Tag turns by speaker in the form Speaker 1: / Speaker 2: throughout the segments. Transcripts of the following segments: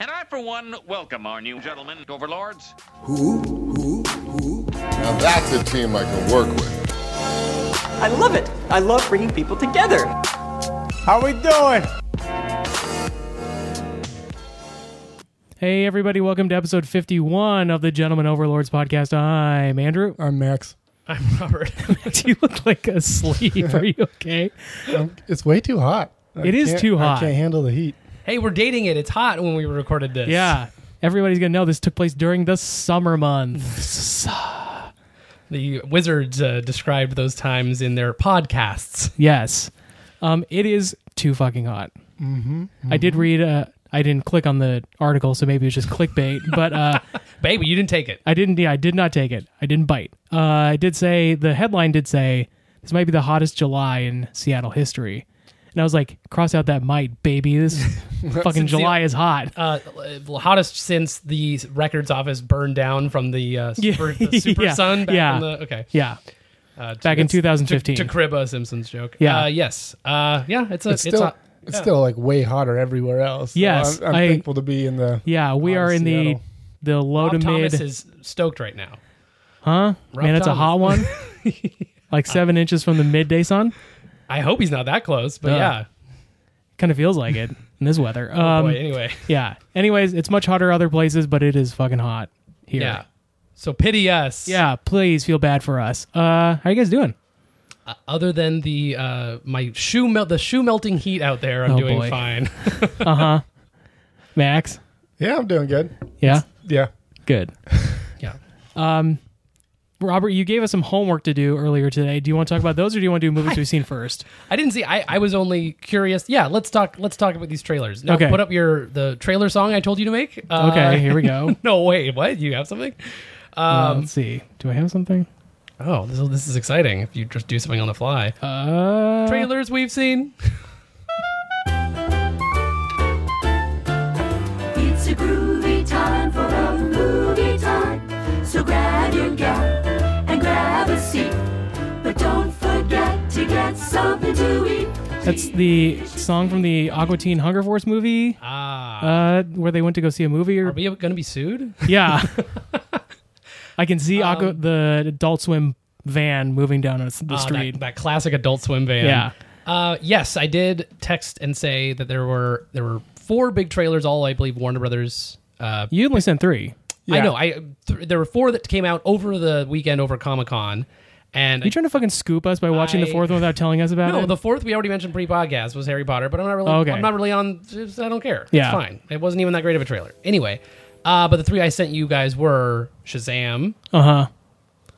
Speaker 1: I, for one, welcome our new gentlemen, overlords.
Speaker 2: Who? Who? Who?
Speaker 3: Now that's a team I can work with.
Speaker 4: I love it. I love bringing people together.
Speaker 5: How we doing?
Speaker 6: Hey, everybody, welcome to episode 51 of the Gentleman Overlords podcast. I'm Andrew.
Speaker 5: I'm Max.
Speaker 6: I'm Robert. you look like asleep. Are you okay?
Speaker 5: I'm- it's way too hot. I
Speaker 6: It is
Speaker 5: can't-
Speaker 6: too hot.
Speaker 5: I can't handle the heat.
Speaker 7: Hey, we're dating it. It's hot when we recorded this.
Speaker 6: Yeah. Everybody's going to know this took place during the summer months.
Speaker 7: The wizards uh, described those times in their podcasts.
Speaker 6: yes. Um, it is too fucking hot. Mm-hmm, I did read, uh, I didn't click on the article, so maybe it was just clickbait, but uh,
Speaker 7: Baby, you didn't take it.
Speaker 6: I didn't, yeah, I did not take it. I didn't bite. Uh, I did say, the headline did say, this might be the hottest July in Seattle history. And I was like, cross out that might, baby. This fucking July is hot.
Speaker 7: Uh, uh, hottest since the records office burned down from the uh,
Speaker 6: Yeah.
Speaker 7: super, the super
Speaker 6: Yeah.
Speaker 7: sun. Back
Speaker 6: Yeah.
Speaker 7: in the, okay.
Speaker 6: Yeah.
Speaker 7: Uh, to-
Speaker 6: Back in
Speaker 7: it's- to-
Speaker 6: 2015.
Speaker 7: To, crib a Simpsons joke.
Speaker 6: Yeah.
Speaker 7: Uh, yes. Uh, yeah. It's a.
Speaker 5: It's
Speaker 7: It's,
Speaker 5: still,
Speaker 7: a,
Speaker 5: it's still like way hotter everywhere else. So
Speaker 6: Yes,
Speaker 5: I'm, I'm
Speaker 6: I-
Speaker 5: thankful to be in the.
Speaker 6: Yeah, we
Speaker 5: Out of
Speaker 6: are in the
Speaker 5: Seattle.
Speaker 6: the low
Speaker 7: Rob
Speaker 6: to mid.
Speaker 7: Thomas is stoked right now.
Speaker 6: huh?
Speaker 7: Rob
Speaker 6: Man, it's a
Speaker 7: Thomas.
Speaker 6: hot one. like seven inches from the midday sun.
Speaker 7: I hope he's not that close, but
Speaker 6: Uh,
Speaker 7: yeah.
Speaker 6: Kind of feels like it in this weather.
Speaker 7: Oh,
Speaker 6: um,
Speaker 7: boy. Anyway.
Speaker 6: Yeah. Anyways, it's much hotter other places, but it is fucking hot here.
Speaker 7: Yeah. So pity us.
Speaker 6: Yeah, please feel bad for us. Uh, how you guys doing?
Speaker 7: Other than the uh, my shoe melt, the shoe melting heat out there, I'm
Speaker 6: Oh,
Speaker 7: doing
Speaker 6: boy.
Speaker 7: fine.
Speaker 6: Max?
Speaker 5: Yeah, I'm doing good.
Speaker 6: Yeah?
Speaker 5: Yeah.
Speaker 6: Good.
Speaker 7: yeah.
Speaker 6: Robert, you gave us some homework to do earlier today. Do you want to talk about those or do you want to do movies we've seen first?
Speaker 7: I didn't see. I, I was only curious. Yeah, let's talk. Let's talk about these trailers. Now,
Speaker 6: Okay.
Speaker 7: Put up your the trailer song I told you to make. Uh,
Speaker 6: Okay, here we go.
Speaker 7: No, wait. What? You have something?
Speaker 6: Uh, let's see. Do I have something?
Speaker 7: Oh, this is, this is exciting. If you just do something on the fly.
Speaker 6: Uh,
Speaker 7: trailers we've seen.
Speaker 8: It's a groovy time for a movie time. So grab your gal and grab a seat. But don't forget to get something to eat.
Speaker 6: That's the song from the Aqua Teen Hunger Force movie,
Speaker 7: Ah,
Speaker 6: uh, where they went to go see a movie.
Speaker 7: are
Speaker 6: Or
Speaker 7: we going to be sued?
Speaker 6: yeah, I can see Aqua, the Adult Swim van moving down the s- the
Speaker 7: Um, Ah, that-
Speaker 6: street.
Speaker 7: that, classic Adult Swim van.
Speaker 6: Yeah.
Speaker 7: Uh, yes, I did text and say that there were there were four big trailers. All I believe Warner Brothers. Uh,
Speaker 6: you only sent three.
Speaker 7: I know. I th- there were four that came out over the weekend over Comic Con, and
Speaker 6: You trying to fucking scoop us by watching the
Speaker 7: I-
Speaker 6: fourth one without telling us about
Speaker 7: No,
Speaker 6: it? Oh,
Speaker 7: the fourth we already mentioned pre-podcast was Harry Potter, but I'm not really.
Speaker 6: Okay.
Speaker 7: I'm not really on. just- I don't care.
Speaker 6: Yeah.
Speaker 7: it's fine. It wasn't even that great of a trailer. Anyway, uh, but the three I sent you guys were Shazam,
Speaker 6: uh huh.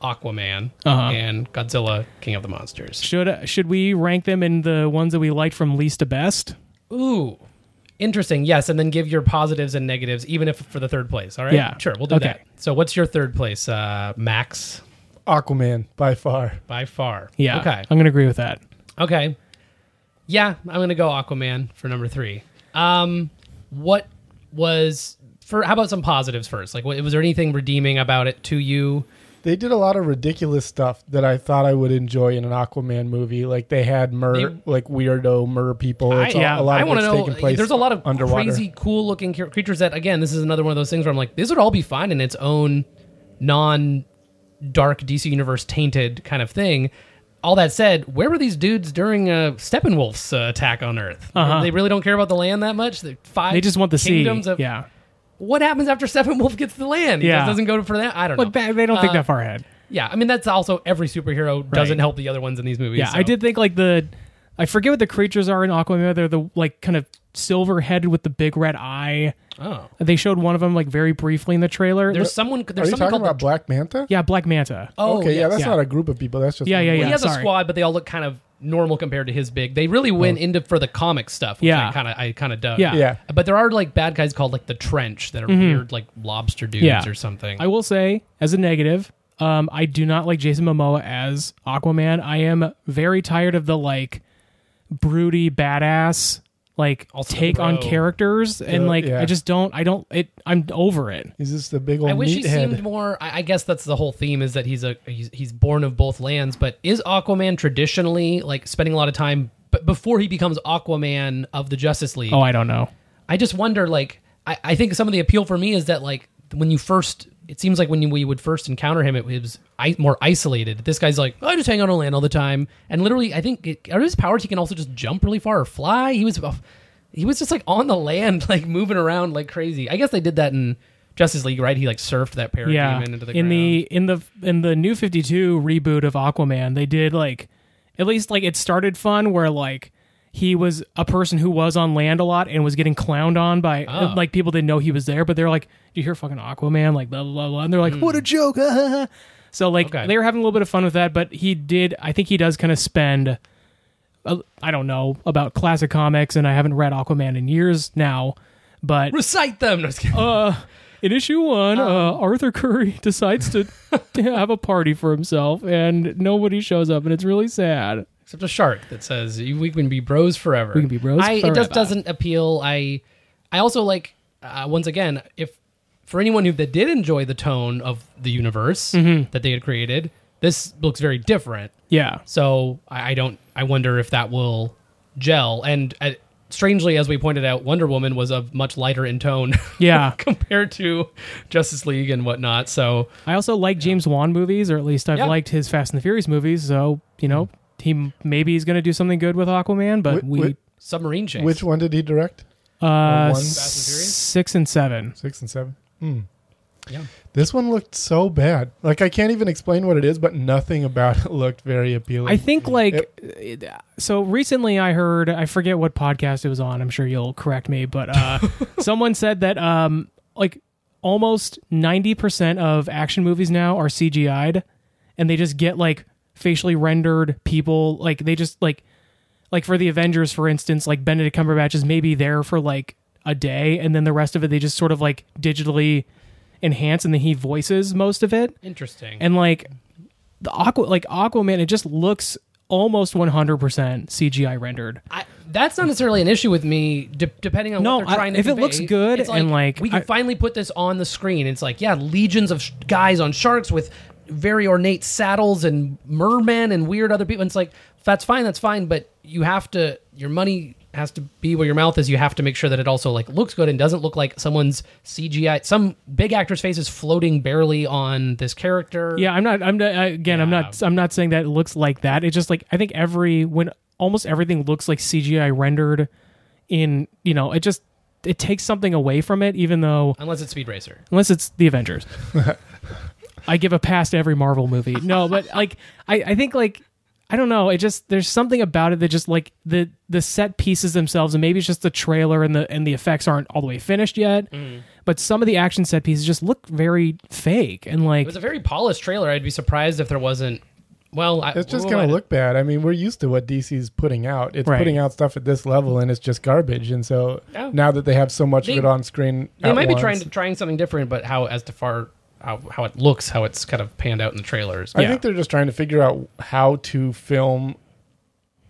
Speaker 7: Aquaman,
Speaker 6: Uh-huh.
Speaker 7: and Godzilla: King of the Monsters.
Speaker 6: Should should we rank them in the ones that we liked from least to best?
Speaker 7: Ooh, interesting. Yes, and then give your positives and negatives, even if for the third place. All right.
Speaker 6: Yeah.
Speaker 7: sure. We'll do
Speaker 6: Okay.
Speaker 7: that. So, what's your third place, uh, Max?
Speaker 5: Aquaman by far.
Speaker 7: By far.
Speaker 6: Yeah.
Speaker 7: Okay.
Speaker 6: I'm gonna agree with that.
Speaker 7: Okay. Yeah, I'm gonna go Aquaman for number three. Um, what was for? How about some positives first? Like, what, was there anything redeeming about it to you?
Speaker 5: They did a lot of ridiculous stuff that I thought I would enjoy in an Aquaman movie. Like they had mer,
Speaker 7: They-
Speaker 5: like weirdo mer people. It's all-
Speaker 6: yeah,
Speaker 5: a lot
Speaker 7: I
Speaker 5: of
Speaker 7: want
Speaker 5: it's
Speaker 7: to know.
Speaker 5: taking place.
Speaker 7: There's a lot of
Speaker 5: underwater.
Speaker 7: crazy, cool-looking cre- creatures. That again, this is another one of those things where I'm like, this would all be fine in its own non-dark DC universe tainted kind of thing. All that said, where were these dudes during uh, Steppenwolf's uh, attack on Earth? They really don't care about the land that much. The five
Speaker 6: They just want the sea.
Speaker 7: kingdoms Of,
Speaker 6: yeah.
Speaker 7: what happens after Steppenwolf gets the land? He
Speaker 6: Yeah.
Speaker 7: just doesn't go for that. I don't know.
Speaker 6: But that, they don't think
Speaker 7: Uh,
Speaker 6: that far ahead.
Speaker 7: Yeah, I mean that's also every superhero doesn't help the other ones in these movies.
Speaker 6: Yeah,
Speaker 7: so-
Speaker 6: I did think like the I forget what the creatures are in Aquaman. They're the like kind of silver headed with the big red eye.
Speaker 7: Oh,
Speaker 6: They showed one of them like very briefly in the trailer.
Speaker 7: there's someone.
Speaker 5: Are
Speaker 7: There's
Speaker 5: you
Speaker 7: someone
Speaker 5: talking
Speaker 7: called
Speaker 5: about
Speaker 7: the.
Speaker 5: Black Manta?
Speaker 6: yeah, Black Manta.
Speaker 7: Oh,
Speaker 5: okay, yeah,
Speaker 7: yes.
Speaker 5: that's
Speaker 6: yeah.
Speaker 5: not a group of people. That's just
Speaker 6: Yeah, yeah,
Speaker 5: one.
Speaker 7: he has
Speaker 6: sorry.
Speaker 7: a squad, but they all look kind of normal compared to his big. They really went into for the comic stuff, which
Speaker 6: Oh. Yeah.
Speaker 7: I kind of I kind of dug.
Speaker 6: Yeah. Mm-hmm.
Speaker 5: Yeah.
Speaker 7: but there are like bad guys called like the Trench that are weird like lobster dudes
Speaker 6: Yeah.
Speaker 7: or something.
Speaker 6: I will say as a negative, um, I do not like Jason Momoa as Aquaman. I am very tired of the like broody badass like
Speaker 7: Also
Speaker 6: take on
Speaker 7: bro.
Speaker 6: characters and
Speaker 5: Uh,
Speaker 6: like
Speaker 5: yeah.
Speaker 6: I just don't I don't it I'm over it.
Speaker 5: He's just a big old
Speaker 7: I wish he
Speaker 5: meathead.
Speaker 7: seemed more. I, I guess that's the whole theme is that he's a he's, he's born of both lands. But is Aquaman traditionally like spending a lot of time? But before he becomes Aquaman of the Justice League,
Speaker 6: Oh, I don't know.
Speaker 7: I just wonder like I, I think some of the appeal for me is that like when you first, it seems like when you, we would first encounter him, it was I, more isolated. This guy's like, oh, I just hang out on land all the time, and literally, I think it, are his powers he can also just jump really far or fly. He was, uh, he was just like on the land, like moving around like crazy. I guess they did that in Justice League, right? He like surfed that parademon
Speaker 6: yeah.
Speaker 7: into the
Speaker 6: in
Speaker 7: ground.
Speaker 6: the in the in the new 52 reboot of Aquaman, they did like at least like it started fun where like he was a person who was on land a lot and was getting clowned on by
Speaker 7: Oh.
Speaker 6: like people didn't know he was there, but they're like, "Do you hear fucking Aquaman?" Like blah blah blah, blah. and they're like, "What a joke!" ah, so like
Speaker 7: Hmm. Okay.
Speaker 6: they were having a little bit of fun with that, but he did. I think he does kind of spend. uh, I don't know about classic comics, and I haven't read Aquaman in years now, but
Speaker 7: recite them. No, just
Speaker 6: Oh,
Speaker 7: kidding.
Speaker 6: in issue one, uh, Arthur Curry decides to have a party for himself, and nobody shows up, and it's really sad.
Speaker 7: except a shark that says "You- we can be bros forever. We
Speaker 6: can be bros
Speaker 7: I, It
Speaker 6: forever.
Speaker 7: just doesn't appeal. I, I also like uh, once again if for anyone who that did enjoy the tone of the universe
Speaker 6: Mm-hmm.
Speaker 7: that they had created, this looks very different.
Speaker 6: Yeah,
Speaker 7: So I, I don't. I wonder if that will gel. And uh, strangely, as we pointed out, Wonder Woman was of much lighter in tone.
Speaker 6: Yeah.
Speaker 7: compared to Justice League and whatnot. So
Speaker 6: I also like James Wan movies, or at least I've
Speaker 7: Yeah.
Speaker 6: liked his Fast and the Furious movies. So you know, he maybe he's going to do something good with Aquaman, but
Speaker 5: Wh-
Speaker 6: we
Speaker 5: wh-
Speaker 7: submarine chase.
Speaker 5: which one did he direct?
Speaker 6: uh,
Speaker 5: Or one?
Speaker 7: Fast and Furious?
Speaker 6: six and seven.
Speaker 5: Six and seven. Hmm.
Speaker 7: Yeah.
Speaker 5: This one looked so bad. Like I can't even explain what it is, but nothing about it looked very appealing.
Speaker 6: I think like it- so recently I heard I forget what podcast it was on. I'm sure you'll correct me, but uh, someone said that um like almost 90% of action movies now are CGI'd and they just get like facially rendered people like they just like like for the Avengers for instance, like Benedict Cumberbatch is maybe there for like a day and then the rest of it they just sort of like digitally enhance and then he voices most of it
Speaker 7: Interesting.
Speaker 6: and like the aqua like aquaman it just looks almost 100% cgi rendered
Speaker 7: I, that's not necessarily an issue with me, de- depending on
Speaker 6: No,
Speaker 7: what
Speaker 6: I-
Speaker 7: they're trying to
Speaker 6: if it
Speaker 7: convey.
Speaker 6: looks good
Speaker 7: It's
Speaker 6: and, like,
Speaker 7: we can
Speaker 6: I-
Speaker 7: finally put this on the screen. It's like, yeah, legions of sh- guys on sharks with very ornate saddles and mermen and weird other people. And it's like that's fine, that's fine, but you have to your money has to be where your mouth is. You have to make sure that it also like looks good and doesn't look like someone's CGI. Some big actor's face is floating barely on this character.
Speaker 6: yeah i'm not i'm not again i'm not i'm not saying that it looks like that it's just like i think every when almost everything looks like cgi rendered in you know it just it takes something away from it even though
Speaker 7: unless it's Speed Racer.
Speaker 6: unless it's the Avengers. I give a pass to every Marvel movie. No, but like I, I think like I don't know. It just there's something about it that just like the the set pieces themselves, and maybe it's just the trailer and the and the effects aren't all the way finished yet.
Speaker 7: Mm.
Speaker 6: But some of the action set pieces just look very fake and
Speaker 7: It
Speaker 6: like
Speaker 7: was a very polished trailer. I'd be surprised if there wasn't. Well, I,
Speaker 5: it's just
Speaker 7: well,
Speaker 5: going
Speaker 7: I-
Speaker 5: to look bad. I mean, we're used to what DC's putting out. It's
Speaker 6: Right.
Speaker 5: putting out stuff at this level, and it's just garbage. And so now that they have so much
Speaker 7: Oh. They-
Speaker 5: of it on screen,
Speaker 7: they
Speaker 5: at
Speaker 7: might be
Speaker 5: once,
Speaker 7: trying to, trying something different, but how as to far how, how it looks, how it's kind of panned out in the trailers.
Speaker 5: I think they're just trying to figure out how to film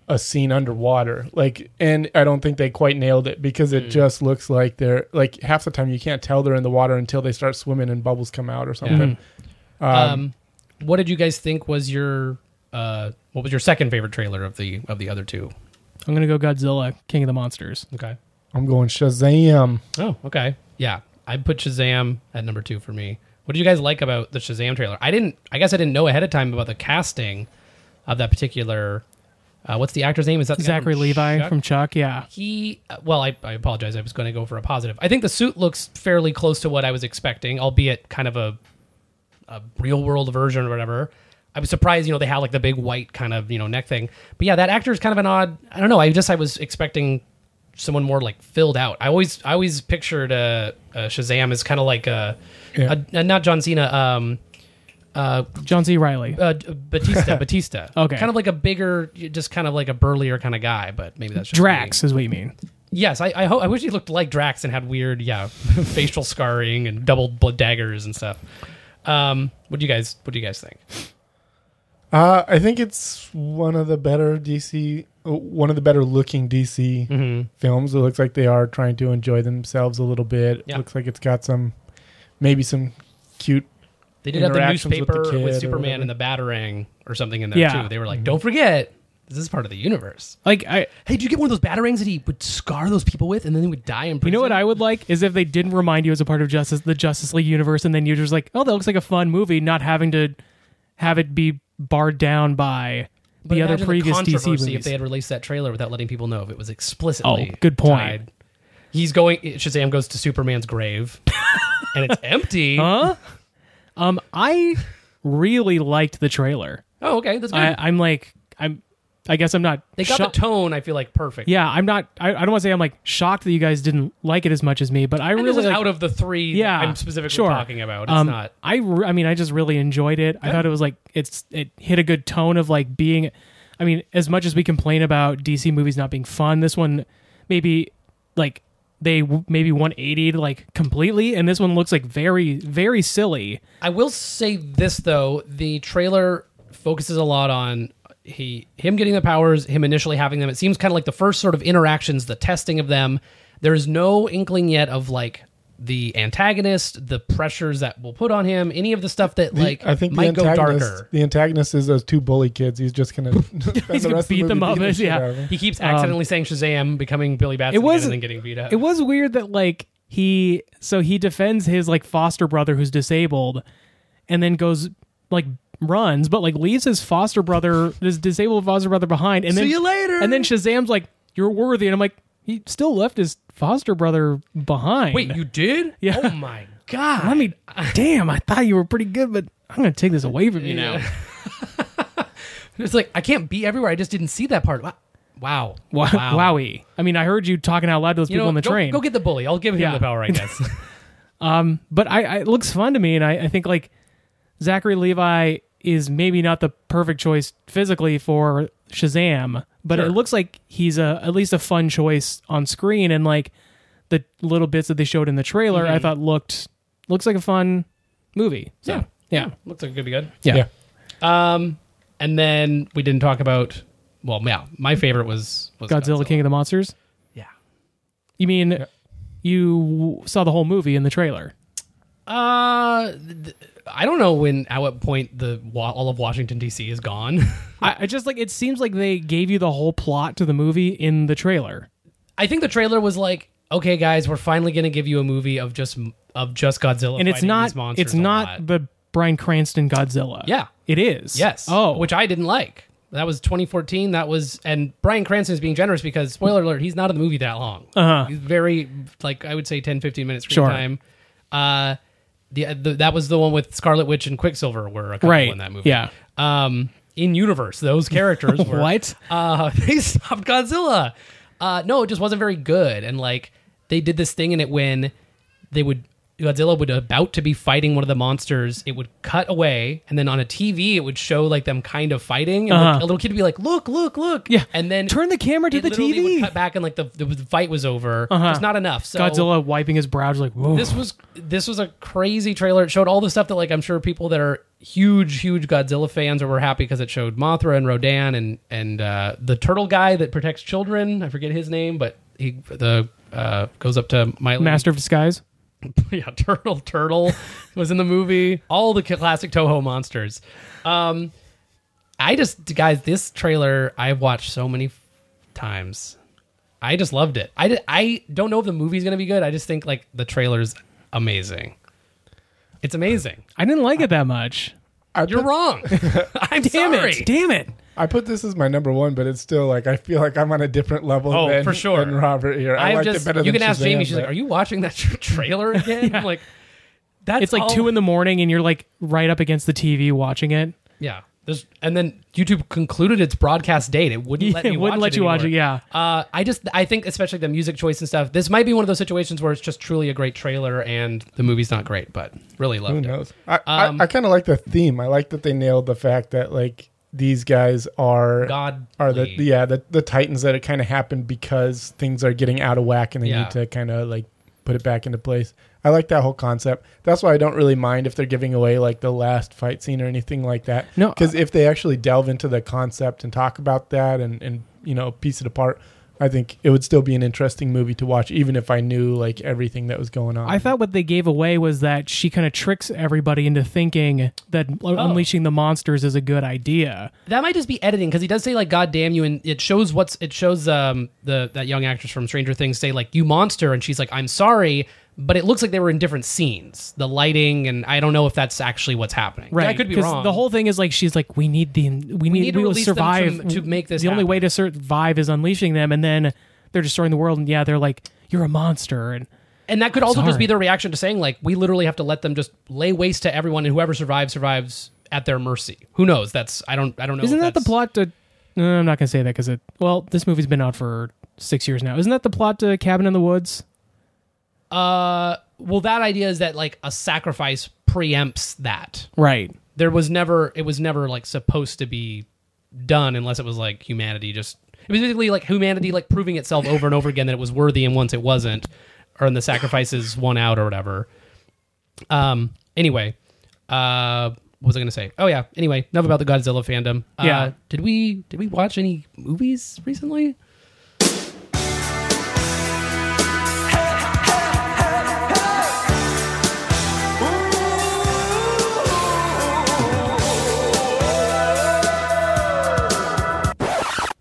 Speaker 5: a scene underwater. Like, and I don't think they quite nailed it because it just looks like they're like half the time you can't tell they're in the water until they start swimming and bubbles come out or something.
Speaker 7: Um, what did you guys think was your uh, what was your second favorite trailer of the of the other two?
Speaker 6: I'm gonna go Godzilla, King of the Monsters.
Speaker 7: Okay.
Speaker 5: I'm going Shazam.
Speaker 7: Oh, okay. Yeah, I put Shazam at number two for me. What did you guys like about the Shazam trailer? I didn't. I guess I didn't know ahead of time about the casting of that particular. Uh, what's the actor's name? Is that the guy
Speaker 6: Zachary
Speaker 7: from
Speaker 6: Levi
Speaker 7: Chuck?
Speaker 6: from Chuck, yeah.
Speaker 7: he uh, well I, I apologize i was going to go for a positive i think the suit looks fairly close to what i was expecting albeit kind of a, a real world version or whatever i was surprised you know they had like the big white kind of you know neck thing but yeah that actor is kind of an odd i don't know i just i was expecting someone more like filled out i always i always pictured uh, uh shazam as kind of like a,
Speaker 5: Yeah.
Speaker 7: a, not john cena um
Speaker 6: John C. Riley.
Speaker 7: uh, Batista, Batista.
Speaker 6: Okay.
Speaker 7: kind of like a bigger, just kind of like a burlier kind of guy, but maybe that's just me.
Speaker 6: Drax is what you mean.
Speaker 7: Yes, I I, ho- I wish he looked like Drax and had weird, yeah, facial scarring and double blood daggers and stuff. Um, what do you guys What do you guys think?
Speaker 5: Uh, I think it's one of the better DC, uh, one of the better looking DC
Speaker 7: Mm-hmm.
Speaker 5: films. It looks like they are trying to enjoy themselves a little bit.
Speaker 7: Yeah.
Speaker 5: Looks like it's got some, maybe some cute.
Speaker 7: They did have the
Speaker 5: Interactions with the
Speaker 7: newspaper with,
Speaker 5: kid or
Speaker 7: Superman
Speaker 5: whatever.
Speaker 7: and the Batarang or something in there
Speaker 6: Yeah.
Speaker 7: too. They were like, "Don't forget, This is part of the universe.
Speaker 6: Like I,
Speaker 7: Mm-hmm. Hey, did you get one of those batarangs that he would scar those people with, and then they would die in prison?
Speaker 6: you know what I would like is if they didn't remind you as a part of Justice the Justice League universe, and then you're just like, oh, that looks like a fun movie, not having to have it be barred down by the other
Speaker 7: imagine
Speaker 6: previous DC
Speaker 7: controversy
Speaker 6: movies.
Speaker 7: If they had released that trailer without letting people know if it was
Speaker 6: oh,
Speaker 7: explicitly.
Speaker 6: good point.
Speaker 7: tied. He's going. Shazam goes to Superman's grave, and it's empty.
Speaker 6: Huh? Um, I really liked the trailer.
Speaker 7: Oh, okay, that's good.
Speaker 6: I, I'm like, I'm, I guess I'm not.
Speaker 7: they got
Speaker 6: shocked-
Speaker 7: the tone. I feel like perfect.
Speaker 6: yeah, I'm not. I, I don't want to say I'm like shocked that you guys didn't like it as much as me, but I
Speaker 7: And
Speaker 6: really
Speaker 7: this is
Speaker 6: like,
Speaker 7: out of the three. that
Speaker 6: yeah,
Speaker 7: I'm specifically
Speaker 6: sure.
Speaker 7: talking about. It's
Speaker 6: Um,
Speaker 7: not.
Speaker 6: I, re- I mean, I just really enjoyed it. I thought it was like it's it hit a good tone of like being. I mean, as much as we complain about DC movies not being fun, this one maybe like they w- maybe 180 like completely, and this one looks like very very silly.
Speaker 7: I will say this though: the trailer focuses a lot on he him getting the powers, him initially having them. It seems kind of like the first sort of interactions, the testing of them. There is no inkling yet of like the antagonist, the pressures that will put on him, any of the stuff that
Speaker 5: The-
Speaker 7: like
Speaker 5: I think the
Speaker 7: might go
Speaker 5: antagonist,
Speaker 7: darker.
Speaker 5: the antagonist is those two bully kids. He's just gonna spend the
Speaker 6: gonna
Speaker 5: rest
Speaker 6: beat
Speaker 5: of the
Speaker 6: them
Speaker 5: movie
Speaker 6: up,
Speaker 5: beating the shit
Speaker 6: yeah.
Speaker 5: out of him.
Speaker 7: He keeps accidentally saying Shazam, becoming Billy Batson,
Speaker 6: Um, it was-
Speaker 7: again and then getting beat up.
Speaker 6: It was weird that like he so he defends his like foster brother who's disabled and then goes like runs but like leaves his foster brother his disabled foster brother behind and then
Speaker 7: See you later.
Speaker 6: And then Shazam's like you're worthy and I'm like he still left his foster brother behind.
Speaker 7: Wait, you did?
Speaker 6: Yeah.
Speaker 7: Oh my god!
Speaker 6: I mean damn, I thought you were pretty good but I'm going to take this away from you now.
Speaker 7: it's like I can't be everywhere. I just didn't see that part. Wow. Wow.
Speaker 6: Wow. Wowie. I mean, I heard you talking out loud to those
Speaker 7: You
Speaker 6: people
Speaker 7: know,
Speaker 6: on the
Speaker 7: go,
Speaker 6: train.
Speaker 7: Go get the bully. I'll give him
Speaker 6: Yeah.
Speaker 7: the power, I guess.
Speaker 6: but I, I it looks fun to me, and I, I think like Zachary Levi is maybe not the perfect choice physically for Shazam, but
Speaker 7: Sure.
Speaker 6: it looks like he's a at least a fun choice on screen, and like the little bits that they showed in the trailer, I thought looked looks like a fun movie. So,
Speaker 7: Mm-hmm. Yeah.
Speaker 6: yeah,
Speaker 7: Looks like it could be good.
Speaker 6: yeah,
Speaker 5: Yeah.
Speaker 7: Um, and then we didn't talk about. Well, yeah, my favorite was, was
Speaker 6: Godzilla, King of the Monsters.
Speaker 7: Yeah.
Speaker 6: You mean you saw the whole movie in the trailer?
Speaker 7: Uh, th- I don't know when at what point the wa- all of Washington D.C. is gone.
Speaker 6: I, I just like it seems like they gave you the whole plot to the movie in the trailer.
Speaker 7: I think the trailer was like, okay, guys, we're finally gonna give you a movie of just of just Godzilla
Speaker 6: and it's
Speaker 7: fighting
Speaker 6: not
Speaker 7: these monsters
Speaker 6: it's
Speaker 7: a
Speaker 6: not
Speaker 7: lot.
Speaker 6: the Brian Cranston Godzilla.
Speaker 7: Yeah.
Speaker 6: it is.
Speaker 7: Yes.
Speaker 6: Oh,
Speaker 7: which I didn't like. That was 2014. That was and Brian Cranston is being generous because spoiler alert, he's not in the movie that long. Uh-huh. He's very like I would say 10 15 minutes screen
Speaker 6: Sure.
Speaker 7: time. Uh the, the that was the one with Scarlet Witch and Quicksilver were a couple
Speaker 6: right.
Speaker 7: in that movie.
Speaker 6: Yeah.
Speaker 7: Um in universe, those characters were
Speaker 6: What?
Speaker 7: uh, they stopped Godzilla. Uh, no, it just wasn't very good. And like they did this thing in it when they would Godzilla would about to be fighting one of the monsters, it would cut away, and then on a TV it would show like them kind of fighting, and like, a little kid would be like, "Look, look, look!"
Speaker 6: Uh-huh. Yeah.
Speaker 7: and then
Speaker 6: Turn the camera to
Speaker 7: it
Speaker 6: the
Speaker 7: literally
Speaker 6: TV.
Speaker 7: Would cut back, and like the the fight was over. uh It's not enough. So
Speaker 6: Godzilla wiping his brow, just like whoa.
Speaker 7: this was this was a crazy trailer. It showed all the stuff that like I'm sure people that are huge, huge Godzilla fans or were happy because it showed Mothra and Rodan and and uh, the turtle guy that protects children. I forget his name, but he the uh, goes up to my
Speaker 6: Master of Disguise.
Speaker 7: yeah, Turtle Turtle was in the movie. All the classic Toho monsters. Um, I just guys, this trailer I've watched so many f- times. I just loved it. I, di- I don't know if the movie's gonna be good. I just think like the trailer's amazing. It's amazing.
Speaker 6: I didn't like it that much.
Speaker 5: I
Speaker 7: You're
Speaker 5: put-
Speaker 7: wrong. I'm
Speaker 6: Damn
Speaker 7: sorry.
Speaker 6: it! Damn it!
Speaker 5: I put this as my number one, but it's still like I feel like I'm on a different level.
Speaker 7: Oh,
Speaker 5: than,
Speaker 7: for sure.
Speaker 5: Than Robert here, I
Speaker 7: I've
Speaker 5: liked
Speaker 7: just
Speaker 5: it better
Speaker 7: you
Speaker 5: than
Speaker 7: can ask
Speaker 5: Shazam,
Speaker 7: Jamie. She's like,
Speaker 5: but-
Speaker 7: "Are you watching that tra- trailer again?" I'm like, that's
Speaker 6: It's like
Speaker 7: all-
Speaker 6: two in the morning, and you're like right up against the TV watching it.
Speaker 7: Yeah. There's, and then YouTube concluded its broadcast date. It wouldn't let
Speaker 6: Yeah,
Speaker 7: me
Speaker 6: it wouldn't
Speaker 7: watch
Speaker 6: let you watch
Speaker 7: anymore.
Speaker 6: it,
Speaker 7: Uh, I just I think especially the music choice and stuff. This might be one of those situations where it's just truly a great trailer and the movie's not great, but really
Speaker 5: Who
Speaker 7: loved it. Um,
Speaker 5: knows? I, I, I kind of like the theme. I like that they nailed the fact that like these guys are
Speaker 7: God
Speaker 5: are the yeah the, the titans that it kind of happened because things are getting out of whack and they
Speaker 7: Yeah.
Speaker 5: need to kind of like put it back into place. I like that whole concept. That's why I don't really mind if they're giving away like the last fight scene or anything like that.
Speaker 6: No,
Speaker 5: because if they actually delve into the concept and talk about that and and you know piece it apart, I think it would still be an interesting movie to watch, even if I knew like everything that was going on.
Speaker 6: I thought what they gave away was that she kind of tricks everybody into thinking that
Speaker 7: Oh.
Speaker 6: unleashing the monsters is a good idea.
Speaker 7: That might just be editing because he does say like "God damn you," and it shows what's it shows um the that young actress from Stranger Things say like "you monster," and she's like "I'm sorry," but it looks like they were in different scenes, the lighting, and I don't know if that's actually what's happening. I could be
Speaker 6: 'cause
Speaker 7: wrong.
Speaker 6: The whole thing is like she's like, we need the we need,
Speaker 7: need to
Speaker 6: we will
Speaker 7: release them to-
Speaker 6: survive
Speaker 7: to make this
Speaker 6: The only
Speaker 7: happen.
Speaker 6: way to survive is unleashing them, and then they're destroying the world. And yeah, they're like, you're a monster, and
Speaker 7: and that could also just
Speaker 6: Sorry.
Speaker 7: be their reaction to saying like we literally have to let them just lay waste to everyone, and whoever survives survives at their mercy. Who knows? That's I don't I don't know.
Speaker 6: isn't
Speaker 7: if
Speaker 6: that the
Speaker 7: that's-
Speaker 6: plot to? No, I'm not gonna say that because it. Well, this movie's been out for six years now. Isn't that the plot to Cabin in the Woods?
Speaker 7: Uh, well, that idea is that like a sacrifice preempts that.
Speaker 6: Right.
Speaker 7: there was never it was never like supposed to be done unless it was like humanity just it was basically like humanity like proving itself over and over again that it was worthy and once it wasn't or in the sacrifices won out or whatever um anyway uh what was i gonna say oh yeah anyway enough about the godzilla fandom Uh,
Speaker 6: Yeah.
Speaker 7: did we did we watch any movies recently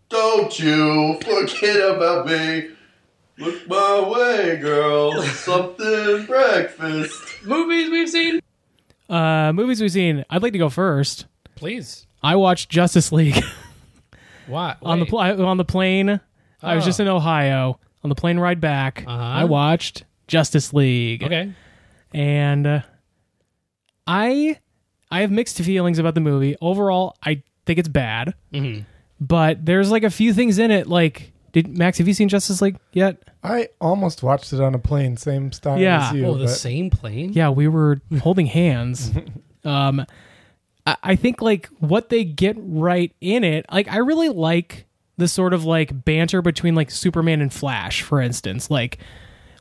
Speaker 3: Don't you forget about me. Look my way, girl. Something breakfast.
Speaker 7: movies we've seen
Speaker 6: Uh, movies we've seen. I'd like to go first.
Speaker 7: please
Speaker 6: I watched Justice League
Speaker 7: what
Speaker 6: on the
Speaker 7: Wait. Oh.
Speaker 6: pl- on the plane. I was just in Ohio on the plane ride back.
Speaker 7: Uh-huh.
Speaker 6: I watched Justice League.
Speaker 7: okay
Speaker 6: and uh, I I have mixed feelings about the movie. Overall, I think it's bad, but there's like a few things in it. Like, did Max have you seen Justice League yet?
Speaker 5: I almost watched it on a plane, same style
Speaker 6: Yeah.
Speaker 5: as you.
Speaker 7: oh the
Speaker 5: but
Speaker 7: same plane
Speaker 6: Yeah, we were holding hands. um, I, I think like what they get right in it. Like, I really like the sort of like banter between like Superman and Flash, for instance, like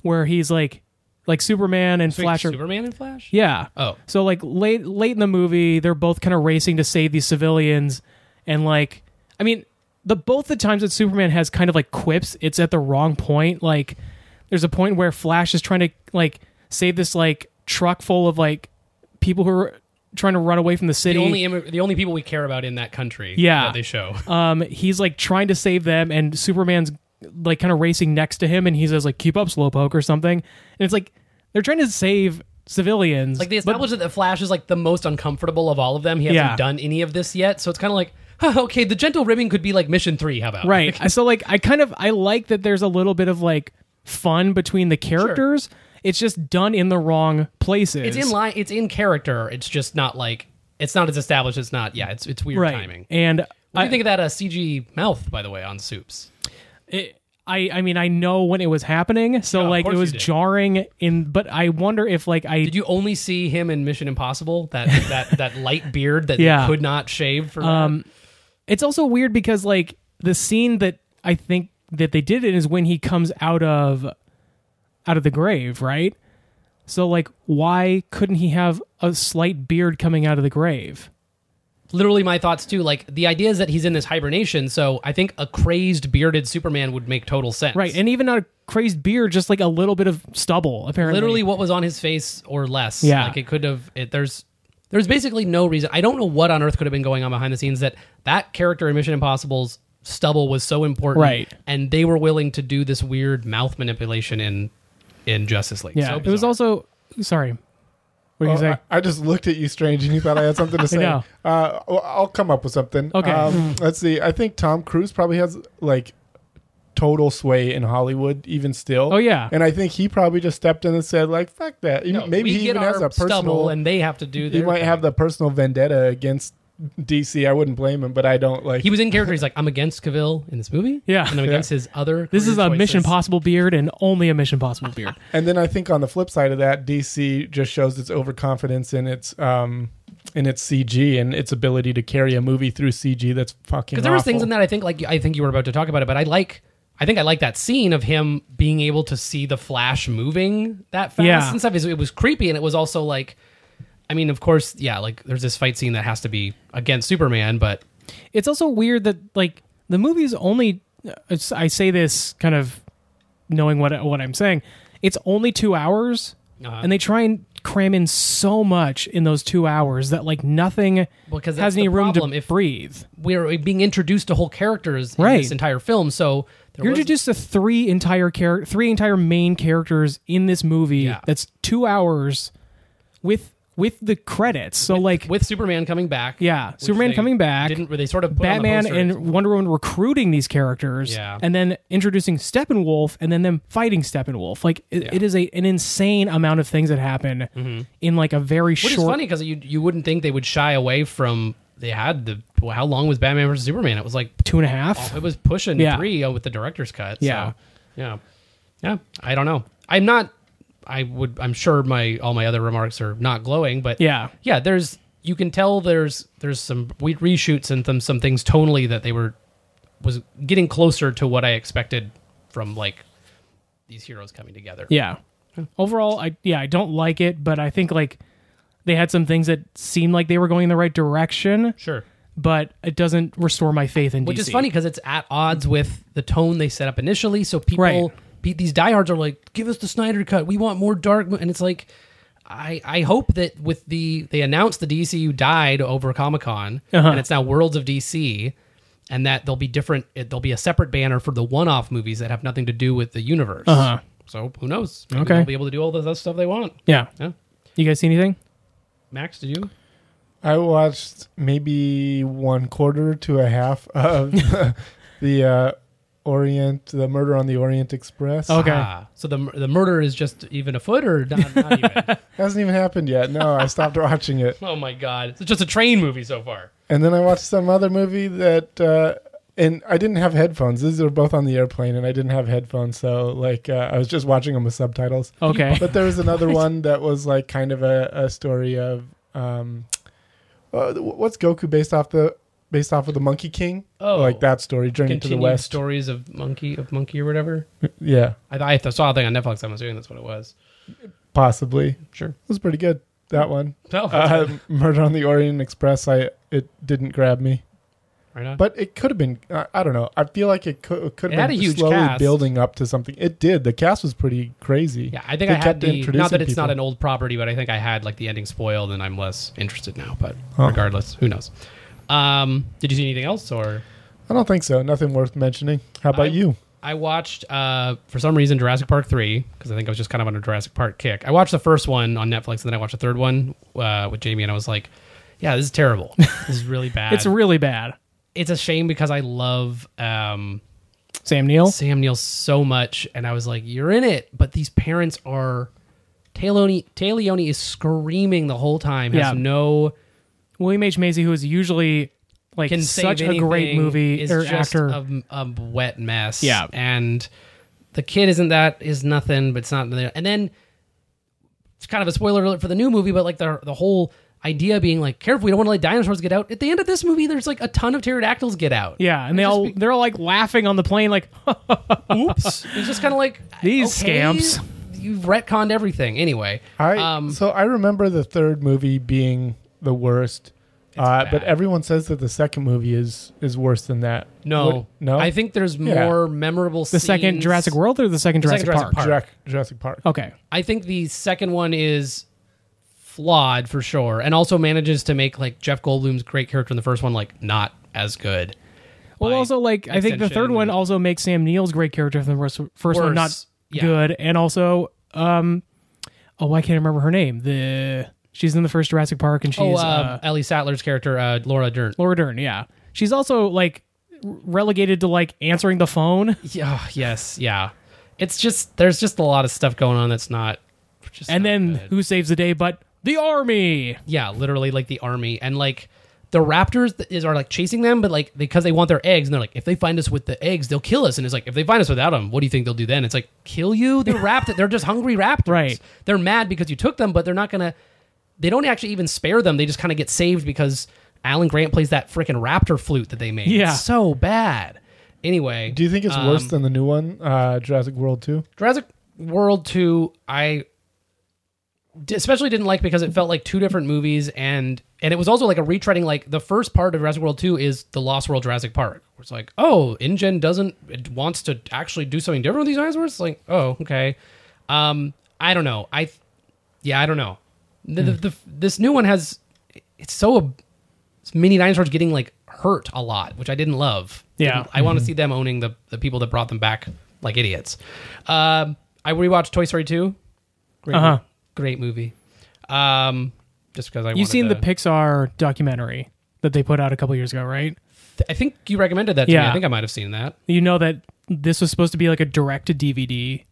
Speaker 6: where he's like like Superman and
Speaker 7: Wait,
Speaker 6: Flash are
Speaker 7: superman and flash
Speaker 6: yeah.
Speaker 7: Oh.
Speaker 6: So like late late in the movie, they're both kind of racing to save these civilians and like I mean, the both the times that Superman has kind of like quips, it's at the wrong point. Like there's a point where Flash is trying to like save this like truck full of like people who are trying to run away from the city.
Speaker 7: the only immi- the only people we care about in that country
Speaker 6: Yeah.
Speaker 7: that they show
Speaker 6: um he's like trying to save them and Superman's like kind of racing next to him and he says like keep up slowpoke or something. And it's like they're trying to save civilians.
Speaker 7: Like they
Speaker 6: but
Speaker 7: established that the Flash is like the most uncomfortable of all of them. He hasn't
Speaker 6: Yeah.
Speaker 7: done any of this yet, so it's kind of like, huh, okay, the gentle ribbing could be like mission three. How about
Speaker 6: right so like i kind of i like that there's a little bit of like fun between the characters it's just done in the wrong places
Speaker 7: It's in line. It's in character. It's just not like it's not as established. It's not. Yeah, it's it's weird
Speaker 6: right
Speaker 7: timing.
Speaker 6: and
Speaker 7: What do
Speaker 6: I,
Speaker 7: you think of that uh, CG mouth, by the way, on Soups?
Speaker 6: it, I i mean i know when it was happening so
Speaker 7: of
Speaker 6: like it
Speaker 7: course
Speaker 6: was
Speaker 7: you did.
Speaker 6: jarring in but i wonder if like i
Speaker 7: Did you only see him in Mission Impossible? That that that light beard that
Speaker 6: Yeah. Um,
Speaker 7: they could not shave for. uh, that?
Speaker 6: it's also weird because like the scene that i think that they did it is when he comes out of out of the grave right so like why couldn't he have a slight beard coming out of the grave
Speaker 7: literally my thoughts too. Like the idea is that he's in this hibernation, so I think a crazed bearded Superman would make total sense.
Speaker 6: Right, and even not a crazed beard, just like a little bit of stubble. Apparently,
Speaker 7: literally what was on his face or less.
Speaker 6: Yeah.
Speaker 7: like it could have. It, there's there's basically no reason. I don't know what on earth could have been going on behind the scenes that that character in Mission Impossible's stubble was so important,
Speaker 6: Right.
Speaker 7: And they were willing to do this weird mouth manipulation in in Justice League.
Speaker 6: Yeah,
Speaker 7: So
Speaker 6: it was
Speaker 7: bizarre.
Speaker 6: also sorry. What do
Speaker 7: Uh,
Speaker 6: you
Speaker 5: Oh,
Speaker 6: say?
Speaker 5: I, I just looked at you strange, and you thought I had something to say.
Speaker 6: know.
Speaker 5: Uh, well, I'll come up with something.
Speaker 6: Okay. Hmm.
Speaker 5: Um, let's see. I think Tom Cruise probably has like total sway in Hollywood, even still.
Speaker 6: Oh, yeah.
Speaker 5: And I think he probably just stepped in and said, like, "Fuck that."
Speaker 7: No,
Speaker 5: Maybe
Speaker 7: we
Speaker 5: he
Speaker 7: get
Speaker 5: even has
Speaker 7: our
Speaker 5: a personal.
Speaker 7: stubble and they have to do.
Speaker 5: he
Speaker 7: their
Speaker 5: might
Speaker 7: thing.
Speaker 5: have the personal vendetta against DC. I wouldn't blame him, but I don't like.
Speaker 7: He was in character. He's like, I'm against Cavill in this movie.
Speaker 6: Yeah.
Speaker 7: and I'm
Speaker 6: Yeah.
Speaker 7: against his other.
Speaker 6: this is a
Speaker 7: career
Speaker 6: Mission
Speaker 7: choices.
Speaker 6: Impossible beard, and only a Mission Impossible beard.
Speaker 5: And then I think on the flip side of that, DC just shows its overconfidence in its um in its CG and its ability to carry a movie through CG. That's fucking.
Speaker 7: because there were things
Speaker 5: awful.
Speaker 7: in that I think like I think you were about to talk about it, but I like I think I like that scene of him being able to see the Flash moving that fast
Speaker 6: Yeah.
Speaker 7: and stuff. It was- It was creepy, and it was also like, I mean, of course, yeah, like there's this fight scene that has to be against Superman, but
Speaker 6: it's also weird that like the movie's only it's- I say this kind of knowing what what I'm saying. It's only two hours,
Speaker 7: Uh-huh.
Speaker 6: and they try and cram in so much in those two hours that like nothing
Speaker 7: Because that's
Speaker 6: has any
Speaker 7: the
Speaker 6: room
Speaker 7: problem.
Speaker 6: to
Speaker 7: If-
Speaker 6: breathe.
Speaker 7: We're being introduced to whole characters in
Speaker 6: Right.
Speaker 7: this entire film, so there
Speaker 6: You're
Speaker 7: was-
Speaker 6: introduced to three entire char- three entire main characters in this movie.
Speaker 7: Yeah.
Speaker 6: That's two hours with with the credits. So like
Speaker 7: with Superman coming back.
Speaker 6: Yeah,
Speaker 7: which
Speaker 6: Superman
Speaker 7: they
Speaker 6: coming back,
Speaker 7: Didn't they sort of put on the
Speaker 6: Batman
Speaker 7: poster.
Speaker 6: and Wonder Woman recruiting these characters,
Speaker 7: Yeah.
Speaker 6: and then introducing Steppenwolf, and then them fighting Steppenwolf. Like it, it is a an insane amount of things that happen in like a very
Speaker 7: Mm-hmm. Which
Speaker 6: short.
Speaker 7: is funny because you you wouldn't think they would shy away from they had the well, how long was Batman versus Superman? It was like
Speaker 6: Two and a half.
Speaker 7: Oh, it was pushing
Speaker 6: Yeah.
Speaker 7: three uh, with the director's cut.
Speaker 6: Yeah.
Speaker 7: so, yeah, yeah. I don't know. I'm not. I would. I'm sure my all my other remarks are not glowing, but
Speaker 6: Yeah.
Speaker 7: yeah. There's you can tell there's there's some we reshoots and some some things tonally that they were was getting closer to what I expected from like these heroes coming together.
Speaker 6: Yeah. Overall, I yeah, I don't like it, but I think like they had some things that seemed like they were going in the right direction,
Speaker 7: sure.
Speaker 6: but it doesn't restore my faith in
Speaker 7: which
Speaker 6: DC.
Speaker 7: is funny because it's at odds with the tone they set up initially. So people,
Speaker 6: Right.
Speaker 7: pe- these diehards are like, "Give us the Snyder cut. We want more dark." mo-" And it's like, I I hope that with the they announced the DCU died over Comic Con,
Speaker 6: Uh-huh.
Speaker 7: and it's now Worlds of DC, and that there'll be different. It, there'll be a separate banner for the one-off movies that have nothing to do with the universe.
Speaker 6: Uh-huh.
Speaker 7: So who knows? Maybe
Speaker 6: Okay.
Speaker 7: they'll be able to do all the other stuff they want.
Speaker 6: Yeah.
Speaker 7: Yeah.
Speaker 6: You guys see anything?
Speaker 7: Max, did you?
Speaker 5: I watched maybe one quarter to a half of the uh, Orient, the Murder on the Orient Express.
Speaker 6: Okay.
Speaker 7: Ah, so the the murder is just even a foot or not, not even?
Speaker 5: hasn't even happened yet. No, I stopped watching it,
Speaker 7: oh my god! It's just a train movie so far.
Speaker 5: and then I watched some other movie that, uh, and I didn't have headphones. These are both on the airplane, and I didn't have headphones, so like uh, I was just watching them with subtitles.
Speaker 6: Okay.
Speaker 5: But there was another one that was like kind of a, a story of um, uh, what's Goku based off the based off of the Monkey King?
Speaker 7: Oh.
Speaker 5: like that story, Journey to the
Speaker 7: continued
Speaker 5: West.
Speaker 7: stories of monkey of monkey or whatever.
Speaker 5: Yeah,
Speaker 7: I, I saw a thing on Netflix. I'm assuming that's what it was.
Speaker 5: possibly. It
Speaker 7: Sure.
Speaker 5: was pretty good. That one,
Speaker 7: No,
Speaker 5: uh, Murder on the Orient Express. I it didn't grab me,
Speaker 7: right on.
Speaker 5: but it could have been. I, I don't know. I feel like it could it could
Speaker 7: It
Speaker 5: have
Speaker 7: had
Speaker 5: been
Speaker 7: a huge
Speaker 5: slowly
Speaker 7: cast.
Speaker 5: building up to something. It did. The cast was pretty crazy.
Speaker 7: yeah, I think
Speaker 5: They
Speaker 7: I had
Speaker 5: kept
Speaker 7: the not that
Speaker 5: introducing
Speaker 7: it's not
Speaker 5: people.
Speaker 7: an old property, but I think I had like the ending spoiled, and I'm less interested now. But
Speaker 5: Huh.
Speaker 7: regardless, who knows? Um, did you see anything else or?
Speaker 5: I don't think so. Nothing worth mentioning. How about
Speaker 7: I-
Speaker 5: you?
Speaker 7: I watched uh, for some reason Jurassic Park three because I think I was just kind of on a Jurassic Park kick. I watched the first one on Netflix, and then I watched the third one uh, with Jamie, and I was like, "Yeah, this is terrible. this is really bad.
Speaker 6: It's really bad.
Speaker 7: it's a shame because I love um,
Speaker 6: Sam Neill.
Speaker 7: Sam Neill so much, and I was like, "You're in it," but these parents are. Taleone, Taleone is screaming the whole time. Has
Speaker 6: Yeah.
Speaker 7: no
Speaker 6: William H Macy, who is usually like
Speaker 7: can
Speaker 6: such
Speaker 7: save
Speaker 6: a great
Speaker 7: anything,
Speaker 6: movie
Speaker 7: is
Speaker 6: or
Speaker 7: just
Speaker 6: actor.
Speaker 7: A, a wet mess.
Speaker 6: Yeah.
Speaker 7: and the kid isn't that is nothing, but it's not. And then it's kind of a spoiler alert for the new movie, but like the the whole idea being like, careful, we don't want to let dinosaurs get out. At the end of this movie, there's like a ton of pterodactyls get out.
Speaker 6: yeah, and they
Speaker 7: It's just
Speaker 6: all
Speaker 7: be-
Speaker 6: they're all like laughing on the plane, like
Speaker 7: oops. It's just kind of like
Speaker 6: These scamps.
Speaker 7: You've retconned everything anyway.
Speaker 5: I
Speaker 7: um,
Speaker 5: so I remember the third movie being the worst, uh,
Speaker 7: bad.
Speaker 5: but everyone says that the second movie is is worse than that.
Speaker 7: no,
Speaker 5: What- no.
Speaker 7: I think there's more
Speaker 5: Yeah.
Speaker 7: memorable.
Speaker 6: the second Jurassic World or the second
Speaker 7: The
Speaker 6: Jurassic,
Speaker 7: second Jurassic
Speaker 6: Park.
Speaker 5: Jurassic, Jurassic Park.
Speaker 6: Okay,
Speaker 7: I think the second one is flawed for sure, and also manages to make like Jeff Goldblum's great character in the first one like not as good.
Speaker 6: well,
Speaker 7: Like,
Speaker 6: also like I think the third
Speaker 7: extension.
Speaker 6: one also makes Sam Neill's great character from the first, first one not
Speaker 7: Worse. Yeah.
Speaker 6: good, and also um, oh, I can't remember her name. The she's in the first Jurassic Park, and she's
Speaker 7: Oh, um,
Speaker 6: uh,
Speaker 7: Ellie Sattler's character, uh, Laura Dern.
Speaker 6: Laura Dern. Yeah, she's also like relegated to like answering the phone.
Speaker 7: Yeah, oh, yes, yeah. It's just there's just a lot of stuff going on that's not. Just
Speaker 6: and
Speaker 7: not
Speaker 6: then
Speaker 7: good.
Speaker 6: who saves the day but the army
Speaker 7: yeah, literally like the army and like the raptors th- is are like chasing them, but like because they want their eggs, and they're like, if they find us with the eggs, they'll kill us. And it's like, if they find us without them, what do you think they'll do then? It's like, kill you? They're raptor. They're just hungry raptors.
Speaker 6: Right.
Speaker 7: They're mad because you took them, but they're not gonna. They don't actually even spare them. They just kind of get saved because Alan Grant plays that freaking raptor flute that they made.
Speaker 6: Yeah.
Speaker 7: It's so bad. Anyway, um,
Speaker 5: Do you think it's worse than the new one, uh, Jurassic World Two?
Speaker 7: Jurassic World 2, I d- especially didn't like because it felt like two different movies and and it was also like a retreading like the first part of Jurassic World 2 is the Lost World Jurassic Park. Where it's like, "Oh, InGen doesn't it wants to actually do something different with these dinosaurs?" It's like, "Oh, okay." Um, I don't know. I th- yeah, I don't know. The, the, the, this new one has it's so ab- it's mini dinosaurs getting like hurt a lot, which I didn't love.
Speaker 6: Yeah.
Speaker 7: Didn't- I want to see them owning the the people that brought them back like idiots. Um, I rewatched Toy Story 2. Great,
Speaker 6: Uh-huh.
Speaker 7: great movie. Um, just because I
Speaker 6: You've
Speaker 7: wanted
Speaker 6: seen the
Speaker 7: to-
Speaker 6: Pixar documentary that they put out a couple years ago, right?
Speaker 7: I think you recommended that to me.
Speaker 6: Yeah.
Speaker 7: I think I might have seen that.
Speaker 6: You know that this was supposed to be like a direct to DVD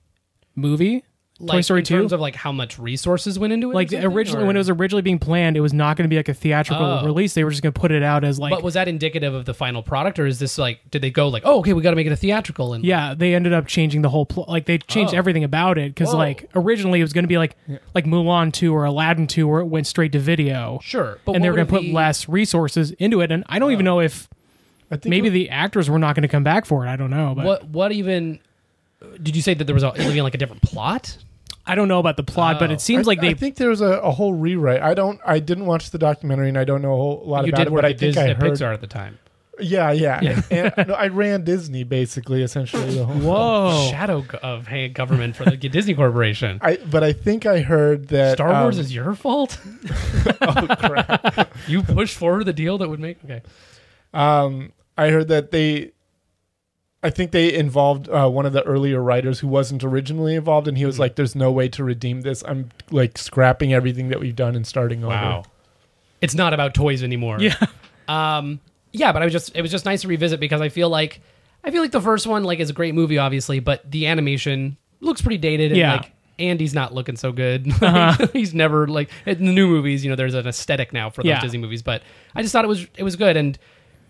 Speaker 6: movie, Toy
Speaker 7: Like,
Speaker 6: Story
Speaker 7: in terms
Speaker 6: 2.
Speaker 7: of like how much resources went into it. or
Speaker 6: Like
Speaker 7: something,
Speaker 6: originally,
Speaker 7: or-
Speaker 6: when it was originally being planned, it was not going to be like a theatrical
Speaker 7: Oh.
Speaker 6: release. They were just going to put it out as like
Speaker 7: But was that indicative of the final product, or is this like did they go like, oh, okay, we got to make it a theatrical? And
Speaker 6: Yeah, they ended up changing the whole pl- like they changed
Speaker 7: Oh.
Speaker 6: everything about it because
Speaker 7: Whoa.
Speaker 6: like originally it was going to be like like Mulan two or Aladdin two where it went straight to video.
Speaker 7: Sure, but
Speaker 6: and they
Speaker 7: what Oh.
Speaker 6: were going
Speaker 7: would
Speaker 6: to put
Speaker 7: it be-
Speaker 6: less resources into it, and I don't even know if
Speaker 5: I think
Speaker 6: maybe
Speaker 5: it-
Speaker 6: the actors were not going to come back for it. I don't know, but
Speaker 7: what what even did you say that there was a, even like a different plot?
Speaker 6: I don't know about the plot. But
Speaker 7: Oh.
Speaker 6: it seems
Speaker 5: I-
Speaker 6: like they
Speaker 5: I think there was a, a whole rewrite. I don't. I didn't watch the documentary, and I don't know a whole lot
Speaker 7: You
Speaker 5: about
Speaker 7: did
Speaker 5: it.
Speaker 7: work
Speaker 5: But I
Speaker 7: at
Speaker 5: think
Speaker 7: Disney,
Speaker 5: I
Speaker 7: at
Speaker 5: heard.
Speaker 7: Pixar at the time.
Speaker 5: Yeah, yeah. and, no, I ran Disney basically, essentially the whole.
Speaker 6: whoa
Speaker 7: Shadow go- of hey, government for the Disney Corporation.
Speaker 5: I, but I think I heard that
Speaker 7: Star Wars
Speaker 5: um,
Speaker 7: is your fault. Oh, you pushed forward the deal that would make okay.
Speaker 5: Um, I heard that they, I think they involved uh, one of the earlier writers who wasn't originally involved, and he
Speaker 7: Hmm.
Speaker 5: was like, "There's no way to redeem this. I'm like scrapping everything that we've done and starting over."
Speaker 7: it's not about toys anymore.
Speaker 6: yeah
Speaker 7: um, yeah. But I was just it was just nice to revisit because I feel like I feel like the first one like is a great movie, obviously, but the animation looks pretty dated. And,
Speaker 6: Yeah. Uh-huh.
Speaker 7: Like, Andy's not looking so good. He's never like in the new movies. You know, there's an aesthetic now for those
Speaker 6: Yeah.
Speaker 7: Disney movies, but I just thought it was it was good and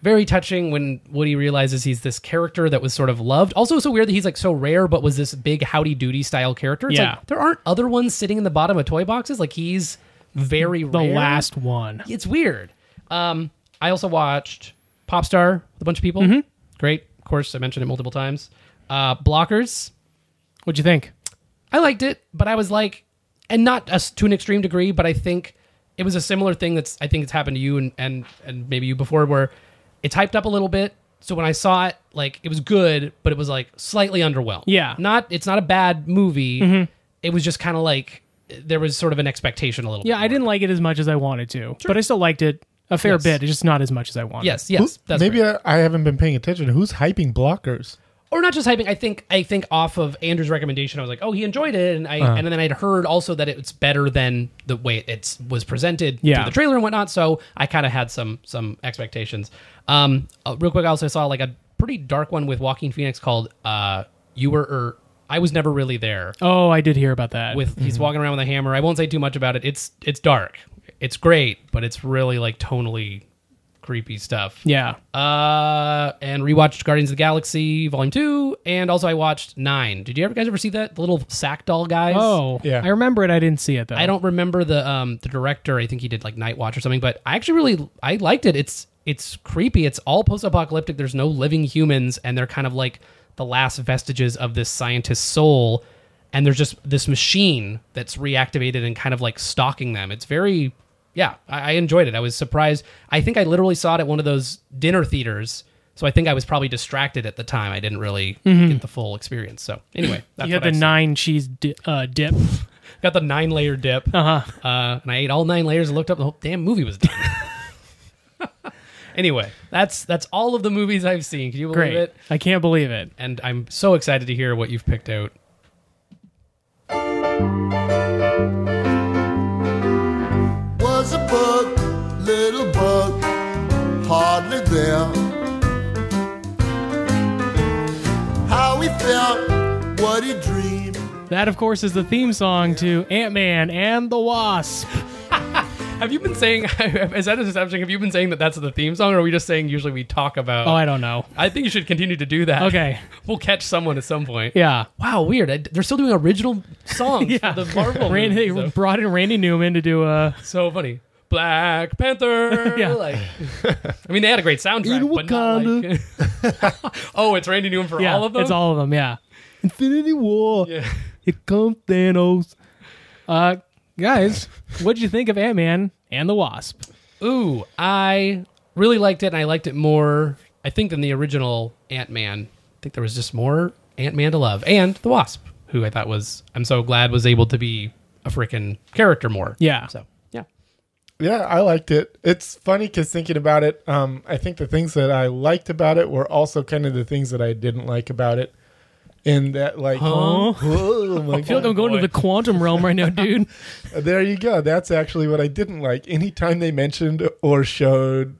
Speaker 7: very touching when Woody realizes he's this character that was sort of loved. Also, so weird that he's like so rare, but was this big howdy doody style character. It's
Speaker 6: Yeah.
Speaker 7: like, there aren't other ones sitting in the bottom of toy boxes. Like he's very
Speaker 6: the
Speaker 7: rare
Speaker 6: last one.
Speaker 7: it's weird. Um, I also watched Popstar with a bunch of people.
Speaker 6: Mm-hmm.
Speaker 7: Great, of course, I mentioned it multiple times. Uh, Blockers,
Speaker 6: What'd you think?
Speaker 7: I liked it, but I was like, and not us to an extreme degree, but I think it was a similar thing that's I think it's happened to you and and and maybe you before where it's hyped up a little bit. So when I saw it, like it was good, but it was like slightly underwhelmed.
Speaker 6: Yeah. Mm-hmm.
Speaker 7: not it's not a bad movie. It was just kind of like there was sort of an expectation a little.
Speaker 6: Yeah, I
Speaker 7: bit more.
Speaker 6: didn't like it as much as I wanted to, but I still liked it a fair
Speaker 7: Yes.
Speaker 6: bit. It's just not as much as I wanted.
Speaker 7: Yes, yes, that's
Speaker 5: Maybe
Speaker 7: right.
Speaker 5: I, I haven't been paying attention. Who's hyping blockers?
Speaker 7: or not just hyping. I think I think off of Andrew's recommendation, I was like, oh, he enjoyed it, and I and then I'd heard also that it's better than the way it was presented
Speaker 6: Yeah.
Speaker 7: through the trailer and whatnot. So I kind of had some some expectations. Um, uh, real quick, I also saw like a pretty dark one with Walking Phoenix called uh, "You Were or I Was Never Really There."
Speaker 6: Oh, I did hear about that.
Speaker 7: With he's walking around with a hammer. I won't say too much about it. It's it's dark. It's great, but it's really like tonally creepy stuff.
Speaker 6: yeah,
Speaker 7: Uh, and rewatched Guardians of the Galaxy Volume Two, and also I watched Nine. Did you ever guys ever see that the little sack doll guys?
Speaker 6: oh
Speaker 5: Yeah.
Speaker 6: I remember it. I didn't see it though.
Speaker 7: I don't remember the um the director. I think he did like Night Watch or something. But I actually really I liked it. It's it's creepy. It's all post apocalyptic. There's no living humans, and they're kind of like the last vestiges of this scientist's soul. And there's just this machine that's reactivated and kind of like stalking them. It's very yeah. I, I enjoyed it. I was surprised. I think I literally saw it at one of those dinner theaters. So I think I was probably distracted at the time. I didn't really get the full experience. So anyway, that's
Speaker 6: Mm-hmm. You had
Speaker 7: what I
Speaker 6: the
Speaker 7: saw.
Speaker 6: nine cheese di- uh, dip.
Speaker 7: Got the nine layer dip. Uh-huh. And I ate all nine layers and looked up the whole damn movie was done. anyway, that's that's all of the movies I've seen. Can you believe
Speaker 6: Great.
Speaker 7: it?
Speaker 6: I can't believe it.
Speaker 7: And I'm so excited to hear what you've picked out.
Speaker 2: Was a bug, little bug, hardly there. How he felt, what he dreamed.
Speaker 6: That, of course, is the theme song to Ant Man and the Wasp.
Speaker 7: Oh. Have you been saying is that a deception? Have you been saying that that's the theme song, or are we just saying usually we talk about?
Speaker 6: Oh, I don't know.
Speaker 7: I think you should continue to do that.
Speaker 6: Okay.
Speaker 7: we'll catch someone at some point.
Speaker 6: Yeah.
Speaker 7: Wow, weird. I, they're still doing original songs for the Marvel.
Speaker 6: Ran- they
Speaker 7: movies, though.
Speaker 6: brought in Randy Newman to do a.
Speaker 7: so funny. Black Panther.
Speaker 6: Yeah.
Speaker 7: Like, I mean, they had a great soundtrack,
Speaker 5: In
Speaker 7: but not like. oh, it's Randy Newman for
Speaker 6: Yeah,
Speaker 7: all of them.
Speaker 6: It's all of them. Yeah.
Speaker 5: Infinity War.
Speaker 7: Yeah.
Speaker 5: It comes Thanos.
Speaker 6: Uh, guys, what'd you think of Ant Man and the Wasp?
Speaker 7: Ooh, I really liked it, and I liked it more, I think, than the original Ant Man. I think there was just more Ant Man to love, and the Wasp, who I thought was, I'm so glad was able to be a freaking character more.
Speaker 6: Yeah.
Speaker 7: So yeah,
Speaker 5: Yeah, I liked it. It's funny because thinking about it, um, I think the things that I liked about it were also kind of the things that I didn't like about it. In that, like,
Speaker 6: Huh?
Speaker 5: whoa, my
Speaker 6: I feel like I'm
Speaker 7: Oh,
Speaker 6: going to the quantum realm right now, dude.
Speaker 5: There you go. That's actually what I didn't like. Anytime they mentioned or showed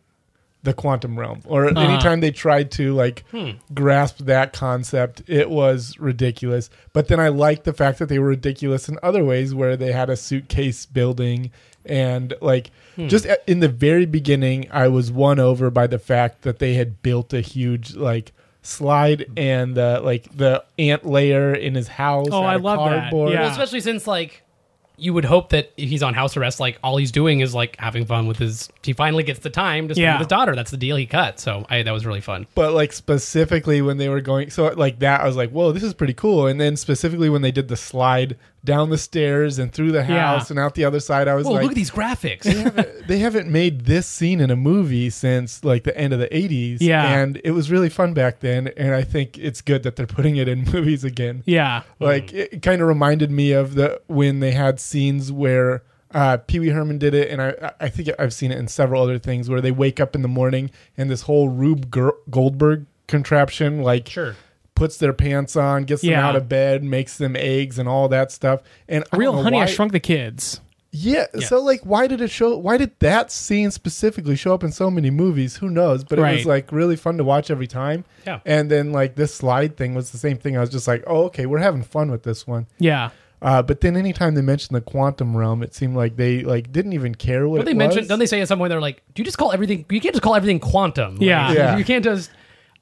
Speaker 5: the quantum realm, or
Speaker 6: Uh-huh.
Speaker 5: anytime they tried to like
Speaker 6: Hmm.
Speaker 5: grasp that concept, it was ridiculous. But then I liked the fact that they were ridiculous in other ways, where they had a suitcase building and like
Speaker 6: Hmm.
Speaker 5: just a- in the very beginning, I was won over by the fact that they had built a huge like slide and the like the ant layer in his house.
Speaker 6: Oh,
Speaker 5: out
Speaker 6: I
Speaker 5: of
Speaker 6: love that.
Speaker 5: cardboard.
Speaker 6: Yeah.
Speaker 7: Well, especially since like you would hope that if he's on house arrest, like all he's doing is like having fun with his. He finally gets the time to spend
Speaker 6: Yeah.
Speaker 7: with his daughter. That's the deal he cut. So I, that was really fun.
Speaker 5: but like specifically when they were going so like that i was like whoa this is pretty cool and then specifically when they did the slide down the stairs and through the
Speaker 6: Yeah.
Speaker 5: house and out the other side i was
Speaker 7: Whoa,
Speaker 5: like
Speaker 7: look at these graphics.
Speaker 5: they haven't made this scene in a movie since like the end of the 80s
Speaker 6: Yeah.
Speaker 5: and it was really fun back then and i think it's good that they're putting it in movies again
Speaker 6: Yeah.
Speaker 5: like it kind of reminded me of the when they had scenes where uh, Pee Wee Herman did it, and I I think I've seen it in several other things where they wake up in the morning and this whole Rube Ger- Goldberg contraption like
Speaker 7: Sure.
Speaker 5: puts their pants on, gets them
Speaker 6: Yeah.
Speaker 5: out of bed, makes them eggs and all that stuff. And I don't
Speaker 6: Real
Speaker 5: know
Speaker 6: Honey, I
Speaker 5: why-
Speaker 6: Shrunk the Kids.
Speaker 5: Yeah, so like, why did it show? Why did that scene specifically show up in so many movies? Who knows? But it was
Speaker 6: Right.
Speaker 5: like really fun to watch every time.
Speaker 7: Yeah.
Speaker 5: And then like this slide thing was the same thing. I was just like, oh okay, we're having fun with this one.
Speaker 6: Yeah.
Speaker 5: Uh, but then anytime they mentioned the quantum realm, it seemed like they like didn't even care what
Speaker 7: Don't
Speaker 5: it
Speaker 7: they mention?
Speaker 5: was.
Speaker 7: Don't they say at some point they're like, "Do you just call everything? You can't just call everything quantum. Like,
Speaker 6: Yeah.
Speaker 5: Yeah.
Speaker 7: you can't just."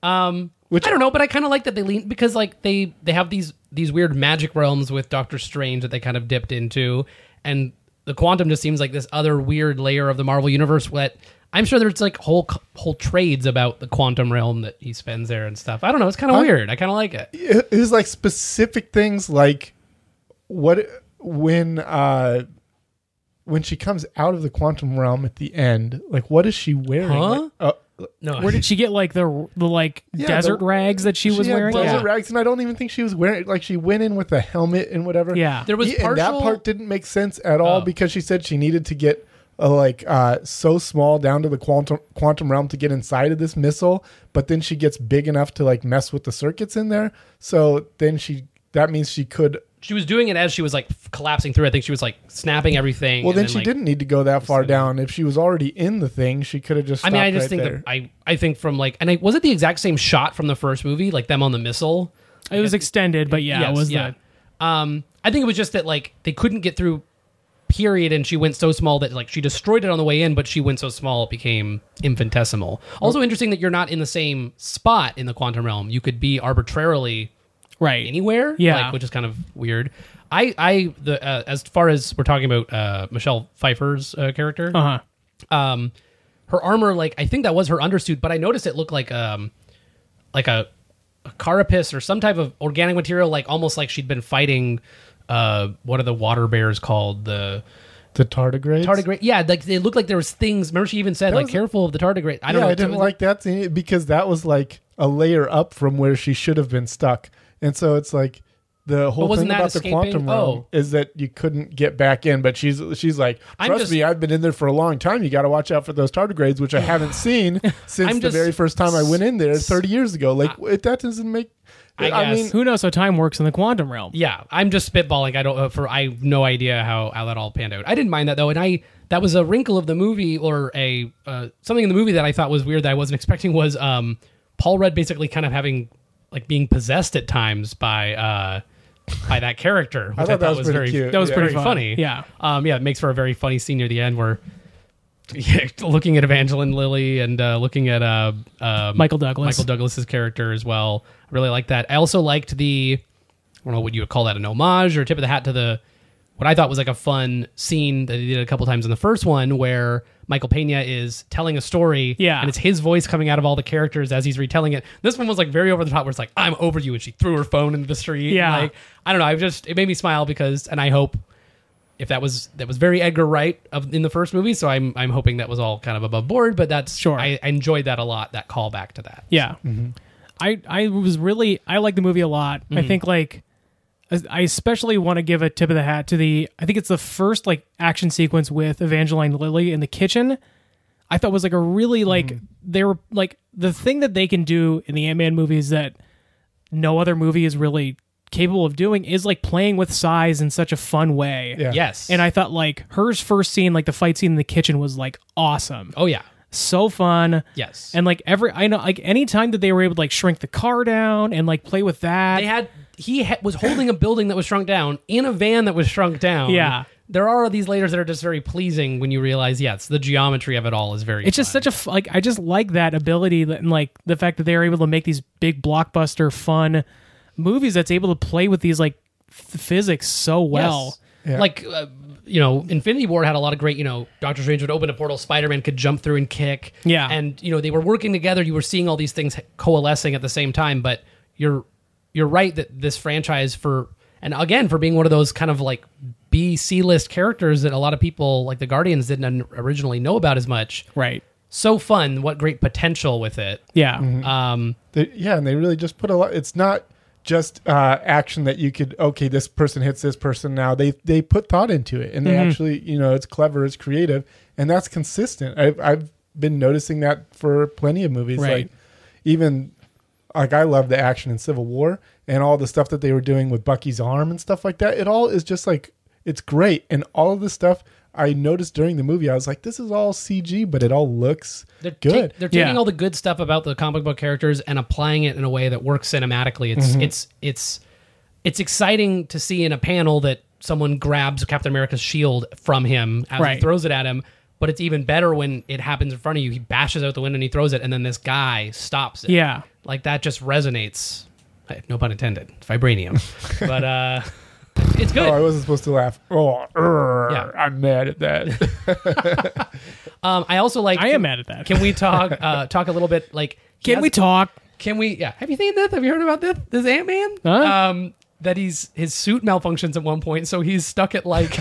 Speaker 7: Um,
Speaker 5: Which-
Speaker 7: I don't know, but I kind of like that they lean because like they they have these these weird magic realms with Doctor Strange that they kind of dipped into, and the quantum just seems like this other weird layer of the Marvel universe. What I'm sure there's like whole c- whole trades about the quantum realm that he spends there and stuff. I don't know. It's kind of weird. I kind of like it.
Speaker 5: it it was like specific things like what when uh when she comes out of the quantum realm at the end, like what is she wearing?
Speaker 7: Huh?
Speaker 5: Like, uh,
Speaker 7: No,
Speaker 6: Where did she get like the the like
Speaker 5: Yeah,
Speaker 6: desert
Speaker 5: the-
Speaker 6: rags that she, was
Speaker 5: had
Speaker 6: wearing?
Speaker 5: desert
Speaker 6: yeah.
Speaker 5: rags, and I don't even think she was wearing. it. Like she went in with a helmet and whatever.
Speaker 6: Yeah.
Speaker 7: There was
Speaker 5: and that
Speaker 7: partial-
Speaker 5: part didn't make sense at all
Speaker 7: Oh.
Speaker 5: because she said she needed to get uh, like uh, so small down to the quantum quantum realm to get inside of this missile, but then she gets big enough to like mess with the circuits in there. So then she that means she could.
Speaker 7: she was doing it as she was like f- collapsing through. I think she was like snapping everything.
Speaker 5: Well,
Speaker 7: and
Speaker 5: then, she
Speaker 7: like, uh,
Speaker 5: didn't need to go that far down. If she was already in the thing, she could have just.
Speaker 7: I mean, I
Speaker 5: stopped
Speaker 7: just
Speaker 5: right
Speaker 7: think
Speaker 5: there.
Speaker 7: that I, I think from like, and I, was it the exact same shot from the first movie, like them on the missile?
Speaker 6: It was extended, but yeah, it
Speaker 7: Yes,
Speaker 6: was the
Speaker 7: Um, I think it was just that like they couldn't get through, period, and she went so small that like she destroyed it on the way in, but she went so small it became infinitesimal. Also interesting that you're not in the same spot in the quantum realm. You could be arbitrarily
Speaker 6: right
Speaker 7: anywhere,
Speaker 6: Yeah.
Speaker 7: like, which is kind of weird. I, I, the uh, as far as we're talking about uh, Michelle Pfeiffer's uh, character,
Speaker 6: Uh huh.
Speaker 7: um her armor like i think that was her undersuit but i noticed it looked like um like a, a carapace or some type of organic material like almost like she'd been fighting uh what are the water bears called the
Speaker 5: the tardigrades.
Speaker 7: tardigrade yeah like they looked like there was things remember she even said like
Speaker 5: was-
Speaker 7: careful of the tardigrade i don't
Speaker 5: yeah,
Speaker 7: know
Speaker 5: I didn't
Speaker 7: It was-
Speaker 5: like that scene because that was like a layer up from where she should have been stuck, and so it's like the whole thing
Speaker 7: wasn't that
Speaker 5: about
Speaker 7: escaping?
Speaker 5: the quantum realm
Speaker 7: Oh.
Speaker 5: is that you couldn't get back in. But she's she's like,
Speaker 7: I'm
Speaker 5: trust
Speaker 7: just-
Speaker 5: me, I've been in there for a long time. You got to watch out for those tardigrades, which I haven't seen since
Speaker 7: I'm
Speaker 5: the
Speaker 7: just-
Speaker 5: very first time I went in there thirty years ago. Like it, that doesn't make.
Speaker 7: I
Speaker 5: I,
Speaker 7: guess.
Speaker 5: mean,
Speaker 6: Who knows how time works in the quantum realm?
Speaker 7: yeah i'm just spitballing i don't uh, for i have no idea how, how that all panned out i didn't mind that though and i that was a wrinkle of the movie or a uh, something in the movie that i thought was weird that i wasn't expecting was um paul rudd basically kind of having like being possessed at times by uh by that character which i
Speaker 5: thought that was pretty
Speaker 7: very
Speaker 5: cute.
Speaker 7: that was
Speaker 5: Yeah.
Speaker 7: pretty
Speaker 6: Pretty fun.
Speaker 7: funny
Speaker 6: Yeah.
Speaker 7: um yeah it makes for a very funny scene near the end where yeah, looking at Evangeline Lilly and uh, looking at uh, um,
Speaker 6: Michael Douglas.
Speaker 7: Michael Douglas's character as well. I really like that. I also liked the I don't know what you would call that an homage or tip of the hat to the what I thought was like a fun scene that they did a couple times in the first one where Michael Pena is telling a story
Speaker 6: Yeah.
Speaker 7: and it's his voice coming out of all the characters as he's retelling it. This one was like very over the top where it's like I'm over you and she threw her phone into the street.
Speaker 6: Yeah.
Speaker 7: Like I don't know, I just it made me smile because and I hope if that was that was very Edgar Wright of, in the first movie, so I'm I'm hoping that was all kind of above board. But that's
Speaker 6: Sure.
Speaker 7: I, I enjoyed that a lot. That callback to that.
Speaker 6: Yeah. I I was really I like the movie a lot. I think like I especially want to give a tip of the hat to the I think it's the first like action sequence with Evangeline Lilly in the kitchen. I thought was like a really like they were like the thing that they can do in the Ant Man movies that no other movie is really capable of doing is like playing with size in such a fun way.
Speaker 5: Yeah.
Speaker 7: Yes.
Speaker 6: And I thought like hers first scene, like the fight scene in the kitchen was like awesome.
Speaker 7: oh yeah.
Speaker 6: So fun.
Speaker 7: Yes.
Speaker 6: And like every, I know, like any time that they were able to like shrink the car down and like play with that,
Speaker 7: they had he ha- was holding a building that was shrunk down in a van that was shrunk down.
Speaker 6: Yeah.
Speaker 7: There are these layers that are just very pleasing when you realize, yes, the geometry of it all is very.
Speaker 6: it's just such a f- like. I just like that ability that, and like the fact that they are able to make these big blockbuster fun movies that's able to play with these like f- physics so well.
Speaker 5: Yeah.
Speaker 7: Like, uh, you know, Infinity War had a lot of great, you know, Doctor Strange would open a portal, Spider Man could jump through and kick.
Speaker 6: Yeah.
Speaker 7: And, you know, they were working together. You were seeing all these things coalescing at the same time. But you're you're right that this franchise, for, and again, for being one of those kind of like B, C list characters that a lot of people, like the Guardians, didn't un- originally know about as much.
Speaker 6: Right.
Speaker 7: So fun. What great potential with it.
Speaker 6: Yeah.
Speaker 7: Um,
Speaker 5: They- yeah, and they really just put a lot. It's not just uh, action that you could. Okay, this person hits this person now. They they put thought into it, and they actually, you know, it's clever, it's creative, and that's consistent. I've I've been noticing that for plenty of movies.
Speaker 6: Right.
Speaker 5: Like even like I love the action in Civil War and all the stuff that they were doing with Bucky's arm and stuff like that. It all is just like it's great, and all of the stuff. I noticed during the movie, I was like, "This is all CG, but it all looks
Speaker 7: They're
Speaker 5: good."
Speaker 7: ta- they're taking
Speaker 6: Yeah.
Speaker 7: all the good stuff about the comic book characters and applying it in a way that works cinematically. It's
Speaker 5: Mm-hmm.
Speaker 7: it's it's it's exciting to see in a panel that someone grabs Captain America's shield from him as he
Speaker 6: Right.
Speaker 7: throws it at him. But it's even better when it happens in front of you. He bashes out the window and he throws it, and then this guy stops it.
Speaker 6: Yeah.
Speaker 7: like that just resonates. Hey, No pun intended. Vibranium, but uh, it's good.
Speaker 5: Oh, I wasn't supposed to laugh. Oh, err,
Speaker 7: Yeah.
Speaker 5: I'm mad at that.
Speaker 7: Um, I also like.
Speaker 6: I am mad at that.
Speaker 7: Can we talk uh, talk a little bit like?
Speaker 6: Can
Speaker 7: Yes-
Speaker 6: we talk?
Speaker 7: Can we? Yeah. Have you seen this? Have you heard about this? This Ant Man?
Speaker 6: Huh?
Speaker 7: Um, that he's his suit malfunctions at one point, so he's stuck at like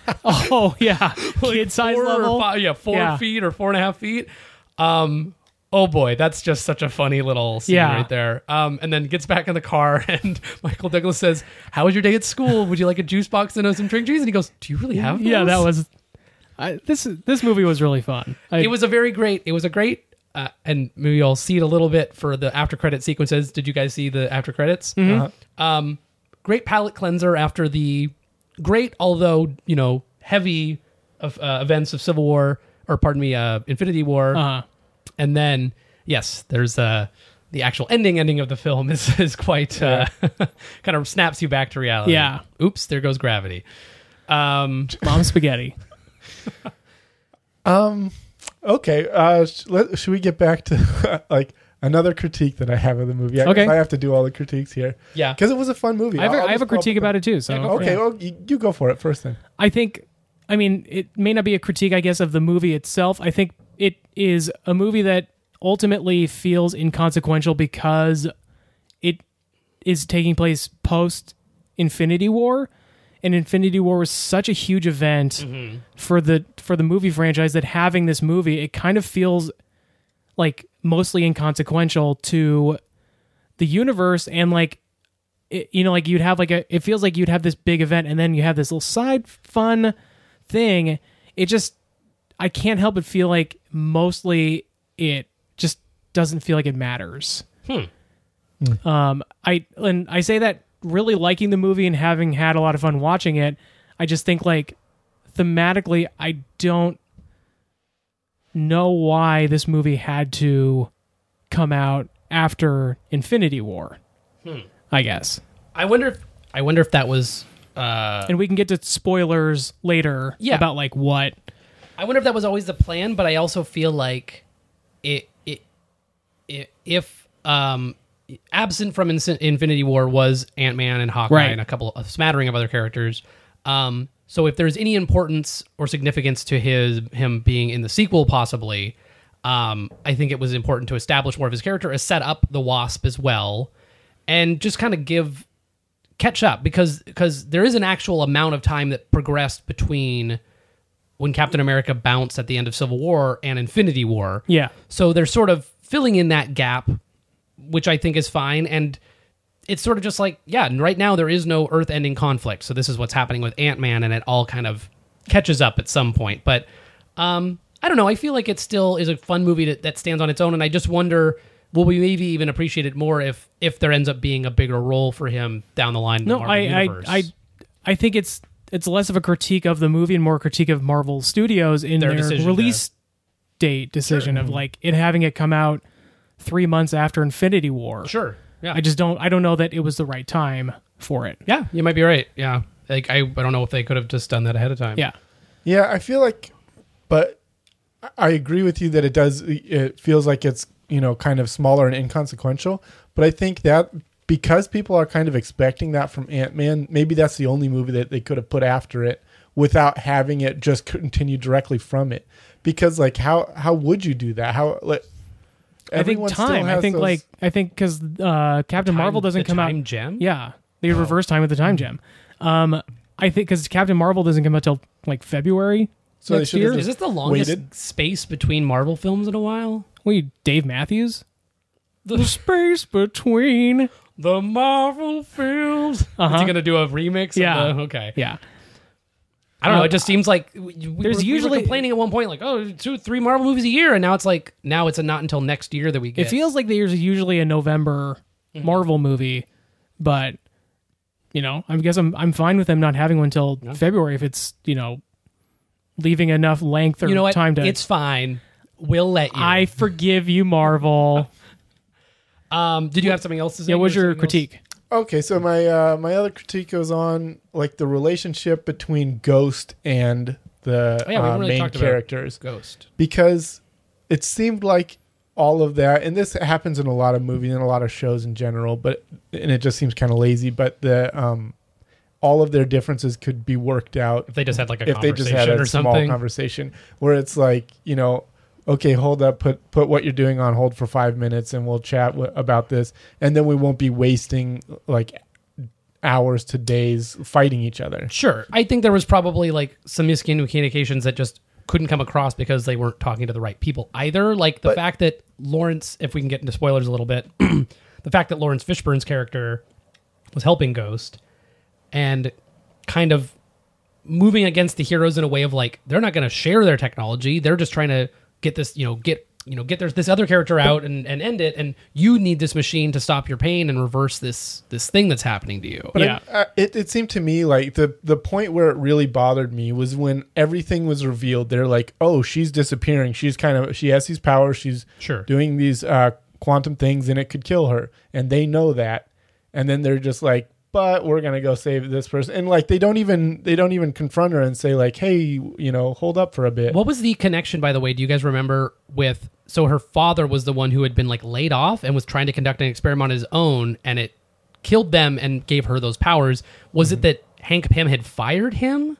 Speaker 6: Oh yeah. Kid size
Speaker 7: four or
Speaker 6: level.
Speaker 7: five- yeah, four
Speaker 6: Yeah.
Speaker 7: feet or four and a half feet. Um, oh boy, that's just such a funny little scene
Speaker 6: Yeah.
Speaker 7: right there. Um, and then gets back in the car, and Michael Douglas says, "How was your day at school? Would you like a juice box and uh, some drink trees?" And he goes, "Do you really have?"
Speaker 6: Yeah, that
Speaker 7: those?"
Speaker 6: was. I, this this movie was really fun. I,
Speaker 7: it was a very great it was a great uh, and maybe i'll see it a little bit for the after credit sequences did you guys see the after credits um, great palate cleanser after the great although you know heavy of, uh, events of civil war or pardon me uh, infinity war
Speaker 6: uh,
Speaker 7: and then yes there's uh, the actual ending ending of the film is, is quite uh, kind of snaps you back to reality
Speaker 6: Yeah.
Speaker 7: oops there goes gravity um,
Speaker 6: mom spaghetti.
Speaker 5: okay, uh, sh- let, should we get back to like another critique that I have of the movie? I,
Speaker 6: Okay.
Speaker 5: I have to do all the critiques here.
Speaker 7: Yeah.
Speaker 5: because it was a fun movie.
Speaker 6: I have, a
Speaker 5: I'll-
Speaker 6: I
Speaker 5: I'll
Speaker 6: have a
Speaker 5: just pull up
Speaker 6: critique
Speaker 5: with
Speaker 6: about
Speaker 5: them.
Speaker 6: it too. So
Speaker 5: Okay, well, you, you go for it first then.
Speaker 6: I think, I mean, it may not be a critique, I guess, of the movie itself. I think it is a movie that ultimately feels inconsequential because it is taking place post Infinity War, and Infinity War was such a huge event for the for the movie franchise that having this movie, it kind of feels like mostly inconsequential to the universe and like it, you know like you'd have like a it feels like you'd have this big event and then you have this little side fun thing it just i can't help but feel like mostly it just doesn't feel like it matters um i and i say that really liking the movie and having had a lot of fun watching it i just think like thematically i don't know why this movie had to come out after infinity war i guess
Speaker 7: i wonder if i wonder if that was uh,
Speaker 6: and we can get to spoilers later
Speaker 7: Yeah.
Speaker 6: about like what
Speaker 7: I wonder if that was always the plan, but I also feel like it, it, it if um, absent from Insin- Infinity War was Ant Man and Hawkeye
Speaker 6: Right.
Speaker 7: and a couple of smattering of other characters. Um, so if there's any importance or significance to his him being in the sequel, possibly, um, I think it was important to establish more of his character, uh, set up the Wasp as well, and just kind of give catch up because because there is an actual amount of time that progressed between when Captain America bounced at the end of Civil War and Infinity War.
Speaker 6: Yeah.
Speaker 7: So they're sort of filling in that gap, which I think is fine. And it's sort of just like, yeah, and right now there is no earth ending conflict. So this is what's happening with Ant Man, and it all kind of catches up at some point. But um, I don't know. I feel like it still is a fun movie that, that stands on its own. And I just wonder. Will we maybe even appreciate it more if if there ends up being a bigger role for him down the line? in the
Speaker 6: No,
Speaker 7: Marvel
Speaker 6: I, I,
Speaker 7: universe?
Speaker 6: I, I think it's it's less of a critique of the movie and more a critique of Marvel Studios in
Speaker 7: Their
Speaker 6: their,
Speaker 7: decision to-
Speaker 6: release date decision of like it having it come out three months after Infinity War.
Speaker 7: sure. Yeah,
Speaker 6: I just don't. I don't know that it was the right time for it.
Speaker 7: Yeah, you might be right. Yeah. Like I, I don't know if they could have just done that ahead of time.
Speaker 6: Yeah.
Speaker 5: Yeah, I feel like, but I- I agree with you that it does. It feels like it's you know kind of smaller and inconsequential. But I think that because people are kind of expecting that from Ant Man, maybe that's the only movie that they could have put after it without having it just continue directly from it. Because like how how would you do that? How like
Speaker 6: I think
Speaker 5: everyone still
Speaker 6: time. I
Speaker 5: has
Speaker 6: think
Speaker 5: those-
Speaker 6: like I think because uh, Captain Marvel doesn't
Speaker 7: the
Speaker 6: come
Speaker 7: time
Speaker 6: out.
Speaker 7: gem? Oh. Hmm.
Speaker 6: Yeah, they reverse time with the time gem. Um, I think because Captain Marvel doesn't come out till like February.
Speaker 5: So they
Speaker 6: next
Speaker 5: should've
Speaker 6: year.
Speaker 5: just-
Speaker 7: Is this the longest
Speaker 5: Waited.
Speaker 7: space between Marvel films in a while?
Speaker 6: Wait, Dave Matthews? The space between.
Speaker 7: The Marvel films. Is he gonna do a remix? of
Speaker 6: Yeah.
Speaker 7: the- okay.
Speaker 6: Yeah.
Speaker 7: I don't know.
Speaker 6: Uh,
Speaker 7: It just seems like we, we
Speaker 6: there's
Speaker 7: were, we were
Speaker 6: usually-
Speaker 7: complaining at one point, like, oh, two, three Marvel movies a year, and now it's like now it's not until next year that we
Speaker 6: It
Speaker 7: get.
Speaker 6: feels like there's usually a November
Speaker 7: Mm-hmm.
Speaker 6: Marvel movie, but, you know, I guess I'm, I'm fine with them not having one till February if it's, you know, leaving enough length or
Speaker 7: you know what?
Speaker 6: time to.
Speaker 7: It's fine. We'll let you.
Speaker 6: I forgive you, Marvel.
Speaker 7: um. Did you have something else to say?
Speaker 6: yeah, what was
Speaker 7: You had
Speaker 6: your
Speaker 7: something else?
Speaker 6: critique?
Speaker 5: Okay, so my uh, my other critique goes on like the relationship between Ghost and the
Speaker 7: Oh, yeah, we haven't
Speaker 5: uh,
Speaker 7: really
Speaker 5: main
Speaker 7: talked about
Speaker 5: characters.
Speaker 7: Ghost.
Speaker 5: because it seemed like all of that and this happens in a lot of movies and a lot of shows in general but and it just seems kind of lazy but the um all of their differences could be worked out
Speaker 7: If they just had like a
Speaker 5: if they
Speaker 7: conversation
Speaker 5: just had
Speaker 7: or
Speaker 5: a small
Speaker 7: something.
Speaker 5: conversation where it's like you know okay hold up put put what you're doing on hold for five minutes and we'll chat w- about this and then we won't be wasting like hours to days fighting each other
Speaker 7: Sure. I think there was probably like some miscommunications that just couldn't come across because they weren't talking to the right people either. Like the fact that Lawrence, if we can get into spoilers a little bit, the fact that Lawrence Fishburne's character was helping Ghost and kind of moving against the heroes in a way of like they're not going to share their technology. They're just trying to get this, you know, get you know, get their, this other character out and, and end it. And you need this machine to stop your pain and reverse this this thing that's happening to you.
Speaker 5: But
Speaker 6: Yeah.
Speaker 5: I, I, it, it seemed to me like the the point where it really bothered me was when everything was revealed. They're like, "Oh, she's disappearing. She's kind of she has these powers. She's
Speaker 7: Sure.
Speaker 5: doing these uh, quantum things, and it could kill her." And they know that, and then they're just like, "But we're gonna go save this person." And like they don't even they don't even confront her and say like, "Hey, you know, hold up for a bit."
Speaker 7: What was the connection, by the way? Do you guys remember with? So her father was the one who had been like laid off and was trying to conduct an experiment on his own, and it killed them and gave her those powers. Was it that Hank Pym had fired him?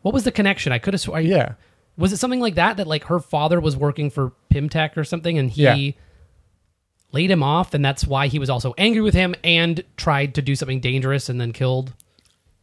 Speaker 7: What was the connection? I could have sworn.
Speaker 5: yeah,
Speaker 7: Was it something like that? That like her father was working for Pymtech or something, and he
Speaker 5: Yeah.
Speaker 7: laid him off, and that's why he was also angry with him and tried to do something dangerous and then killed.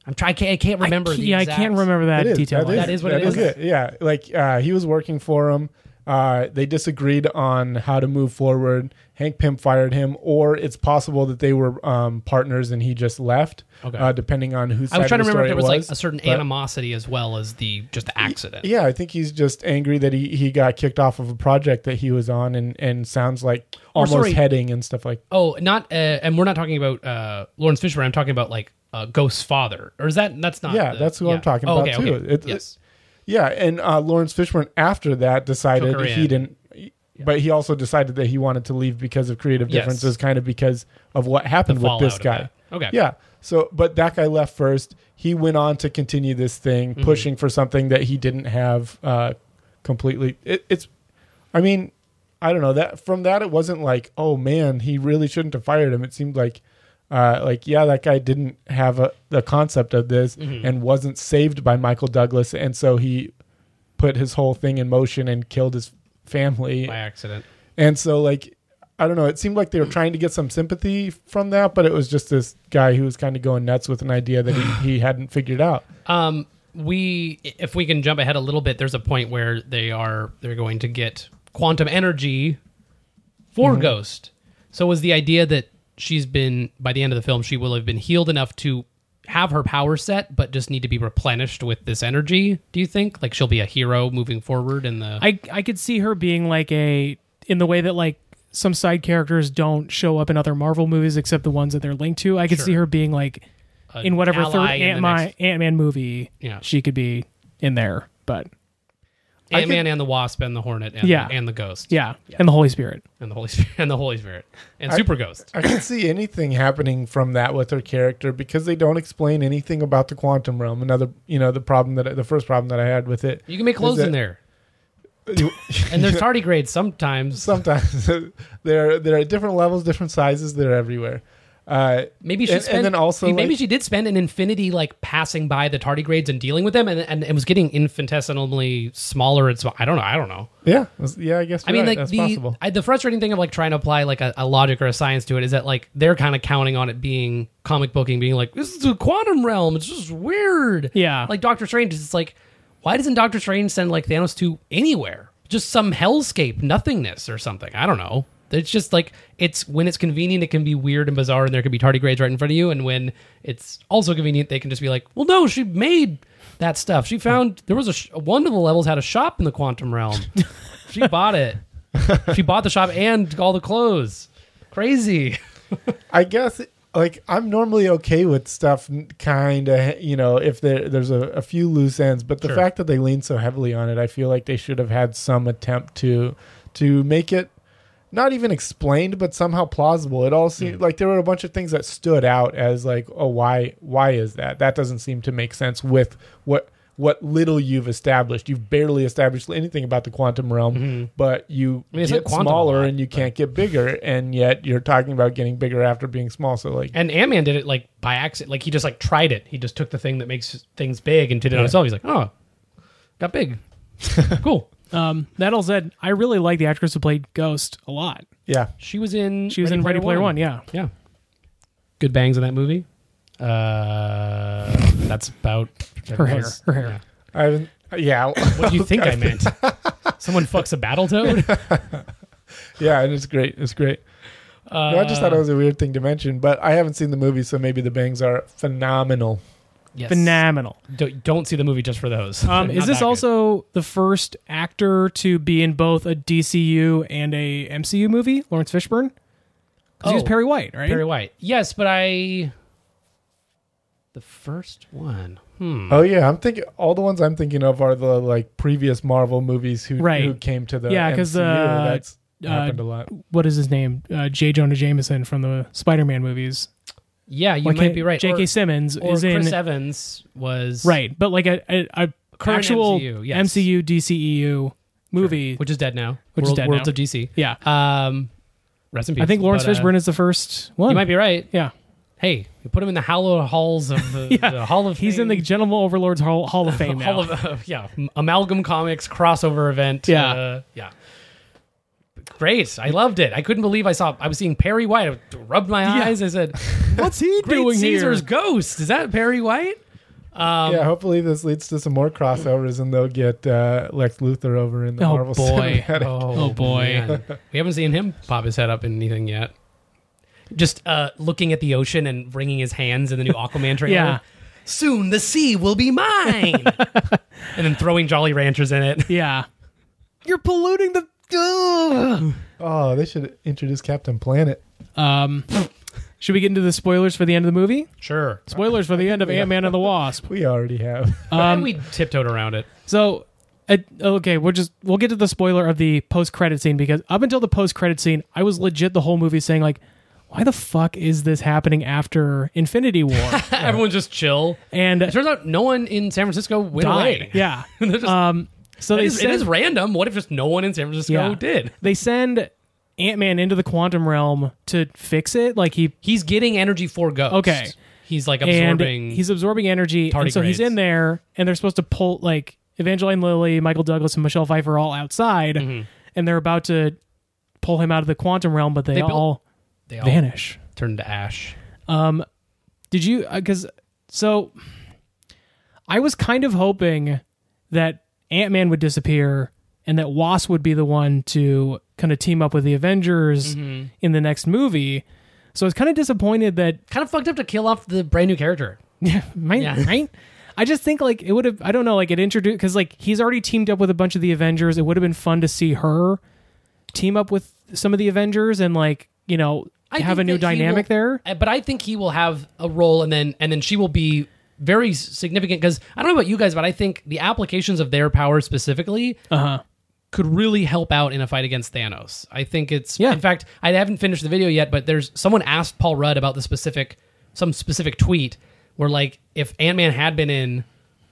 Speaker 7: I'm trying. I can't, I can't remember.
Speaker 6: I,
Speaker 7: the
Speaker 6: yeah, I
Speaker 7: exact-
Speaker 6: can't remember that
Speaker 5: It is.
Speaker 6: detail.
Speaker 7: That is what it is.
Speaker 5: Yeah, like uh, he was working for him. Uh, they disagreed on how to move forward. Hank Pym fired him, or it's possible that they were um, partners and he just left.
Speaker 7: Okay.
Speaker 5: Uh, depending on whose
Speaker 7: I was
Speaker 5: side
Speaker 7: trying to
Speaker 5: of the
Speaker 7: remember if there was,
Speaker 5: story it
Speaker 7: like a certain
Speaker 5: but-
Speaker 7: animosity as well as the just the accident.
Speaker 5: Yeah, I think he's just angry that he, he got kicked off of a project that he was on, and, and sounds like almost
Speaker 7: sorry.
Speaker 5: heading and stuff like.
Speaker 7: Oh, not uh, and we're not talking about uh, Lawrence Fishburne. I'm talking about like uh, Ghost's father, or is that that's not?
Speaker 5: Yeah,
Speaker 7: the-
Speaker 5: that's who I'm talking
Speaker 7: Oh,
Speaker 5: about,
Speaker 7: okay,
Speaker 5: too.
Speaker 7: Okay.
Speaker 5: It-
Speaker 7: yes.
Speaker 5: Yeah, and uh, Lawrence Fishburne after that decided
Speaker 7: Took her
Speaker 5: he
Speaker 7: in.
Speaker 5: didn't, but he also decided that he wanted to leave because of creative
Speaker 7: Yes.
Speaker 5: differences, kind of because of what happened
Speaker 7: The
Speaker 5: with this
Speaker 7: fallout of
Speaker 5: guy.
Speaker 7: that. Okay.
Speaker 5: Yeah. So, but that guy left first. He went on to continue this thing,
Speaker 7: Mm-hmm.
Speaker 5: pushing for something that he didn't have uh, completely. It, it's, I mean, I don't know that from that it wasn't like, oh man, he really shouldn't have fired him. It seemed like. Uh, like yeah, that guy didn't have a, the concept of this
Speaker 7: Mm-hmm.
Speaker 5: and wasn't saved by Michael Douglas, and so he put his whole thing in motion and killed his family
Speaker 7: by accident.
Speaker 5: and so like I don't know. It seemed like they were trying to get some sympathy from that, but it was just this guy who was kind of going nuts with an idea that he, he hadn't figured out.
Speaker 7: Um, we, if we can jump ahead a little bit, there's a point where they are they're going to get quantum energy for Ghost. So was the idea that she's been by the end of the film she will have been healed enough to have her power set, but just need to be replenished with this energy? Do you think like she'll be a hero moving forward in the?
Speaker 6: I I could see her being like a in the way that like some side characters don't show up in other Marvel movies except the ones that they're linked to. I could see her being like in whatever third
Speaker 7: ally in the
Speaker 6: Ant Man
Speaker 7: next-
Speaker 6: Ant Man movie.
Speaker 7: Yeah.
Speaker 6: she could be in there, but
Speaker 7: Ant Man and the Wasp and the Hornet and,
Speaker 6: Yeah.
Speaker 7: and the Ghost
Speaker 6: yeah, and the Holy Spirit.
Speaker 7: and the Holy Spirit and the Holy Spirit and Super Ghost.
Speaker 5: I can see anything happening from that with her character because they don't explain anything about the quantum realm. Another, you know, the problem that I- the first problem that I had with it.
Speaker 7: You can make clothes
Speaker 5: that-
Speaker 7: in there. And there's tardigrades sometimes.
Speaker 5: Sometimes there are- there are different levels, different sizes. They're everywhere. Uh,
Speaker 7: Maybe she
Speaker 5: and,
Speaker 7: spent,
Speaker 5: and then also
Speaker 7: maybe
Speaker 5: like-
Speaker 7: she did spend an infinity like passing by the tardigrades and dealing with them, and and it was getting infinitesimally smaller. And smaller. I don't know. I don't know.
Speaker 5: yeah, yeah. I guess
Speaker 7: I mean,
Speaker 5: right.
Speaker 7: like
Speaker 5: that's
Speaker 7: the
Speaker 5: possible.
Speaker 7: I, the frustrating thing of like trying to apply like a, a logic or a science to it is that like they're kind of counting on it being comic booking, being like this is a quantum realm. It's just weird.
Speaker 6: Yeah.
Speaker 7: like Doctor Strange is just like, why doesn't Doctor Strange send like Thanos to anywhere? Just some hellscape, nothingness or something. I don't know. It's just like it's when it's convenient, it can be weird and bizarre, and there can be tardigrades right in front of you. And when it's also convenient, they can just be like, well, no, she made that stuff. She found there was a sh- one of the levels had a shop in the quantum realm. she bought it she bought the shop and all the clothes. Crazy.
Speaker 5: I guess like I'm normally okay with stuff kind of you know if there there's a, a few loose ends, but the
Speaker 7: Sure.
Speaker 5: fact that they lean so heavily on it, I feel like they should have had some attempt to to make it not even explained, but somehow plausible. It all seemed
Speaker 7: Hmm.
Speaker 5: like there were a bunch of things that stood out as like, oh, why why is that? That doesn't seem to make sense with what what little you've established. You've barely established anything about the quantum realm, but you
Speaker 7: Hmm. mean, it's like
Speaker 5: get
Speaker 7: quantum a
Speaker 5: smaller
Speaker 7: lot,
Speaker 5: and you can't get bigger, and yet you're talking about getting bigger after being small. So like,
Speaker 7: And Ant Man did it like by accident. Like he just like tried it. He just took the thing that makes things big and did it on himself. He's like, oh, got big. cool.
Speaker 6: Um, that all said, I really like the actress who played Ghost a lot.
Speaker 5: yeah,
Speaker 7: She was in.
Speaker 6: She was in Ready Player One. Yeah,
Speaker 7: Yeah. Good bangs in that movie. Uh, that's about
Speaker 6: her hair, her hair.
Speaker 5: I haven't- yeah,
Speaker 7: What do you think I meant? Someone fucks a battle toad.
Speaker 5: yeah, and it's great. It's great. no, I just
Speaker 7: Uh,
Speaker 5: thought it was a weird thing to mention, but I haven't seen the movie, so maybe the bangs are phenomenal.
Speaker 7: Yes.
Speaker 6: Phenomenal.
Speaker 7: Don't, don't see the movie just for those.
Speaker 6: Um,
Speaker 7: They're
Speaker 6: is
Speaker 7: not that
Speaker 6: this
Speaker 7: good.
Speaker 6: also the first actor to be in both a DCU and a MCU movie? Lawrence Fishburne? Because he was
Speaker 7: Oh.
Speaker 6: Perry White, right?
Speaker 7: Perry White. Yes, but I. The first one. Hmm.
Speaker 5: Oh yeah, I'm thinking all the ones I'm thinking of are the like previous Marvel movies who
Speaker 6: Right.
Speaker 5: who came to the
Speaker 6: Yeah, 'cause,
Speaker 5: because
Speaker 6: uh,
Speaker 5: that's
Speaker 6: uh,
Speaker 5: happened a lot.
Speaker 6: What is his name? Uh, J. Jonah Jameson from the Spider-Man movies.
Speaker 7: Yeah, you
Speaker 6: Like,
Speaker 7: might be right.
Speaker 6: J.K.
Speaker 7: Or-
Speaker 6: Simmons
Speaker 7: or
Speaker 6: is in
Speaker 7: Chris Evans was
Speaker 6: right, but like a, a, a
Speaker 7: Current
Speaker 6: actual
Speaker 7: MCU, yes.
Speaker 6: MCU DCU E movie.
Speaker 7: which is dead now.
Speaker 6: Which is
Speaker 7: World,
Speaker 6: dead
Speaker 7: Worlds
Speaker 6: now.
Speaker 7: of DC.
Speaker 6: yeah,
Speaker 7: Um, rest in peace.
Speaker 6: I think Lawrence
Speaker 7: But, uh,
Speaker 6: Fishburne is the first one.
Speaker 7: You might be right.
Speaker 6: Yeah,
Speaker 7: Hey, you put him in the hallowed halls of the, the Hall of.
Speaker 6: he's in the
Speaker 7: Fame,
Speaker 6: Gentleman Overlords Hall, Hall of Fame now.
Speaker 7: Hall of uh, yeah Amalgam Comics crossover event.
Speaker 6: Yeah.
Speaker 7: uh, yeah. Great! I loved it. I couldn't believe I saw. I was seeing Perry White. I rubbed my eyes. I said,
Speaker 6: What's he
Speaker 7: "Great
Speaker 6: doing
Speaker 7: Caesar's
Speaker 6: here?
Speaker 7: ghost is that Perry White?"
Speaker 6: um,
Speaker 5: yeah, hopefully this leads to some more crossovers, and they'll get uh, Lex Luthor over in the
Speaker 6: Oh,
Speaker 5: Marvel
Speaker 7: boy.
Speaker 5: Cinematic.
Speaker 7: Oh,
Speaker 6: Oh, boy.
Speaker 7: man. we haven't seen him pop his head up in anything yet. Just uh, looking at the ocean and wringing his hands in the new Aquaman trailer.
Speaker 6: Yeah.
Speaker 7: Soon the sea will be mine. and then throwing Jolly Ranchers in it.
Speaker 6: Yeah, you're polluting the. Ugh.
Speaker 5: Oh, they should introduce Captain Planet.
Speaker 6: Um, should we get into the spoilers for the end of the movie?
Speaker 7: Sure.
Speaker 6: Spoilers for the end of Ant Man and the Wasp.
Speaker 5: We already have.
Speaker 6: Uh,
Speaker 7: Um, we tiptoed around it.
Speaker 6: So, uh, okay, we'll just we'll get to the spoiler of the post credit scene because up until the post credit scene, I was legit the whole movie saying like, why the fuck is this happening after Infinity War?
Speaker 7: Everyone's just chill.
Speaker 6: and
Speaker 7: It turns out no one in San Francisco went
Speaker 6: died.
Speaker 7: away.
Speaker 6: Yeah.
Speaker 7: They're just-
Speaker 6: Um. So
Speaker 7: it,
Speaker 6: they
Speaker 7: is, it
Speaker 6: send-
Speaker 7: is random. What if just no one in San Francisco
Speaker 6: yeah.
Speaker 7: did?
Speaker 6: They send Ant Man into the quantum realm to fix it. Like he
Speaker 7: He's getting energy for ghosts.
Speaker 6: Okay.
Speaker 7: He's like
Speaker 6: and
Speaker 7: absorbing.
Speaker 6: he's absorbing energy, and so he's
Speaker 7: tardigrades.
Speaker 6: in there, and they're supposed to pull
Speaker 7: Mm-hmm.
Speaker 6: like Evangeline Lilly, Michael Douglas, and Michelle Pfeiffer all outside, and they're about to pull him out of the quantum realm, but they,
Speaker 7: They built-
Speaker 6: all
Speaker 7: They all
Speaker 6: vanish.
Speaker 7: turned to ash.
Speaker 6: Did you? Because so, I was kind of hoping that Ant Man would disappear and that Wasp would be the one to kind of team up with the Avengers
Speaker 7: Mm-hmm.
Speaker 6: in the next movie. So I was kind of disappointed that
Speaker 7: Kind of fucked up to kill off the brand new character.
Speaker 6: Yeah, right,
Speaker 7: Yeah.
Speaker 6: right. I just think like it would have. I don't know. Like it introduced because like he's already teamed up with a bunch of the Avengers. It would have been fun to see her team up with some of the Avengers and like you know have a
Speaker 7: think
Speaker 6: new
Speaker 7: that he
Speaker 6: dynamic
Speaker 7: will-
Speaker 6: there.
Speaker 7: uh, But I think he will have a role, and then and then she will be very s- significant because I don't know about you guys, but I think the applications of their power specifically
Speaker 6: Uh-huh.
Speaker 7: could really help out in a fight against Thanos. I think it's
Speaker 6: Yeah.
Speaker 7: In fact, I haven't finished the video yet, but there's someone asked Paul Rudd about the specific some specific tweet where like if Ant Man had been in.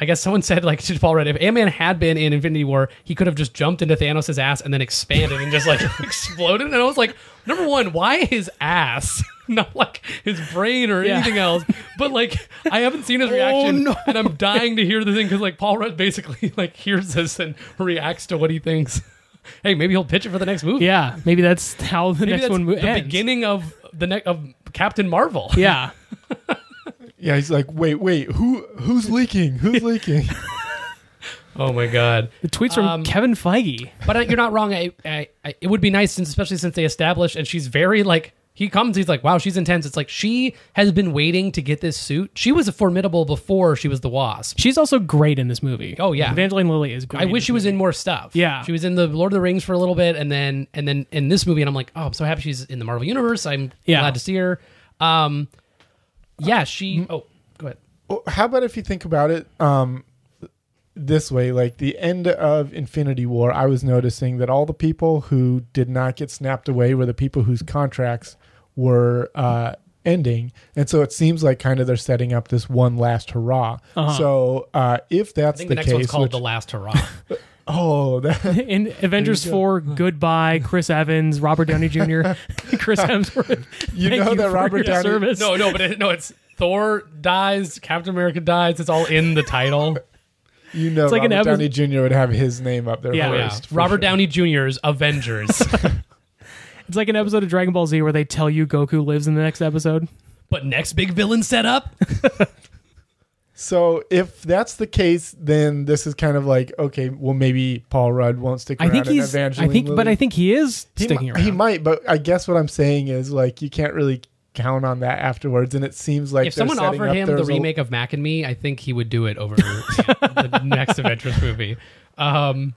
Speaker 7: I guess someone said like to Paul Rudd, if Ant Man had been in Infinity War, he could have just jumped into Thanos' ass and then expanded and just like exploded. And I was like, number one, why his ass, not like his brain or
Speaker 6: Yeah.
Speaker 7: anything else? But like, I haven't seen his reaction, and I'm dying to hear the thing because like Paul Rudd basically like hears this and reacts to what he thinks. Hey, maybe he'll pitch it for the next movie.
Speaker 6: Yeah, maybe that's how the
Speaker 7: maybe
Speaker 6: next
Speaker 7: that's
Speaker 6: one mo-
Speaker 7: the
Speaker 6: ends.
Speaker 7: beginning of the ne- of Captain Marvel.
Speaker 6: Yeah,
Speaker 5: Yeah, he's like, wait, wait, who who's leaking? Who's leaking?
Speaker 7: Oh my god.
Speaker 6: the tweets from
Speaker 7: Um,
Speaker 6: Kevin Feige.
Speaker 7: But uh, you're not wrong. I, I, I, it would be nice, since especially since they established, and she's very like he comes. He's like, wow, she's intense. It's like she has been waiting to get this suit. She was formidable before she was the Wasp.
Speaker 6: She's also great in this movie.
Speaker 7: Oh, yeah.
Speaker 6: Evangeline Lilly is great.
Speaker 7: I wish she was in more stuff.
Speaker 6: Yeah.
Speaker 7: she was in the Lord of the Rings for a little bit, and then and then in this movie, and I'm like, oh, I'm so happy she's in the Marvel universe. I'm
Speaker 6: Yeah.
Speaker 7: glad to see her. Um, yeah, she. Oh, go ahead.
Speaker 5: Well, How about if you think about it um, this way? Like the end of Infinity War, I was noticing that all the people who did not get snapped away were the people whose contracts were uh, ending, and so it seems like kind of they're setting up this one last hurrah.
Speaker 6: Uh-huh.
Speaker 5: So uh, if
Speaker 7: I
Speaker 5: that's
Speaker 7: think
Speaker 5: the,
Speaker 7: the, next
Speaker 5: case,
Speaker 7: one's called
Speaker 5: which-
Speaker 7: the Last Hurrah.
Speaker 5: oh, that,
Speaker 6: in Avengers
Speaker 5: go.
Speaker 6: Four. Goodbye, Chris Evans, Robert Downey Jr., Chris Hemsworth.
Speaker 5: you
Speaker 6: Thank
Speaker 5: know
Speaker 6: you
Speaker 5: that
Speaker 6: for
Speaker 5: Robert
Speaker 6: your
Speaker 5: Downey.
Speaker 6: service.
Speaker 7: no, no, but it, no, it's Thor dies, Captain America dies. It's all in the title.
Speaker 5: You know,
Speaker 6: like an
Speaker 5: Robert
Speaker 6: Evans-
Speaker 5: Downey Jr. would have his name up there
Speaker 6: Yeah.
Speaker 5: first. for
Speaker 7: Robert
Speaker 5: sure.
Speaker 7: Downey Jr.'s Avengers,
Speaker 6: It's like an episode of Dragon Ball Z where they tell you Goku lives in the next episode.
Speaker 7: but next big villain setup.
Speaker 5: So if that's the case, then this is kind of like okay, well maybe Paul Rudd won't stick
Speaker 6: I
Speaker 5: around.
Speaker 6: think
Speaker 5: and
Speaker 6: he's. I
Speaker 5: Evangeline
Speaker 6: think, but
Speaker 5: Lilly-
Speaker 6: I think he is
Speaker 5: he,
Speaker 6: sticking
Speaker 5: mi-
Speaker 6: around.
Speaker 5: he might. But I guess what I'm saying is like you can't really count on that afterwards, and it seems like
Speaker 7: If
Speaker 5: they're
Speaker 7: someone
Speaker 5: setting
Speaker 7: offered
Speaker 5: up
Speaker 7: him
Speaker 5: there's
Speaker 7: the
Speaker 5: a-
Speaker 7: remake of Mac and Me, I think he would do it over the next Avengers movie. Um,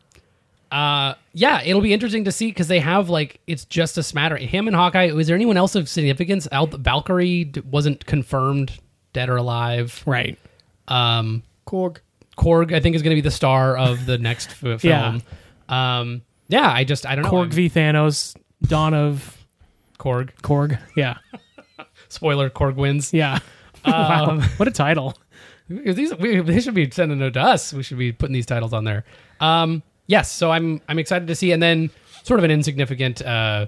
Speaker 7: uh, yeah, it'll be interesting to see because they have like it's just a smatter. Him and Hawkeye. Is there anyone else of significance? Al- Valkyrie d- wasn't confirmed dead or alive.
Speaker 6: right.
Speaker 7: Um,
Speaker 5: Korg.
Speaker 7: Korg, I think, is going to be the star of the next f-
Speaker 6: Yeah.
Speaker 7: film. Yeah. Um, yeah, I just I don't know.
Speaker 6: Korg v Thanos. Dawn of
Speaker 7: Korg.
Speaker 6: Korg. Yeah.
Speaker 7: Spoiler: Korg wins.
Speaker 6: Yeah. wow. What a title.
Speaker 7: Because these we, they should be sending them to us. We should be putting these titles on there. Um, yes, so I'm I'm excited to see, and then sort of an insignificant uh,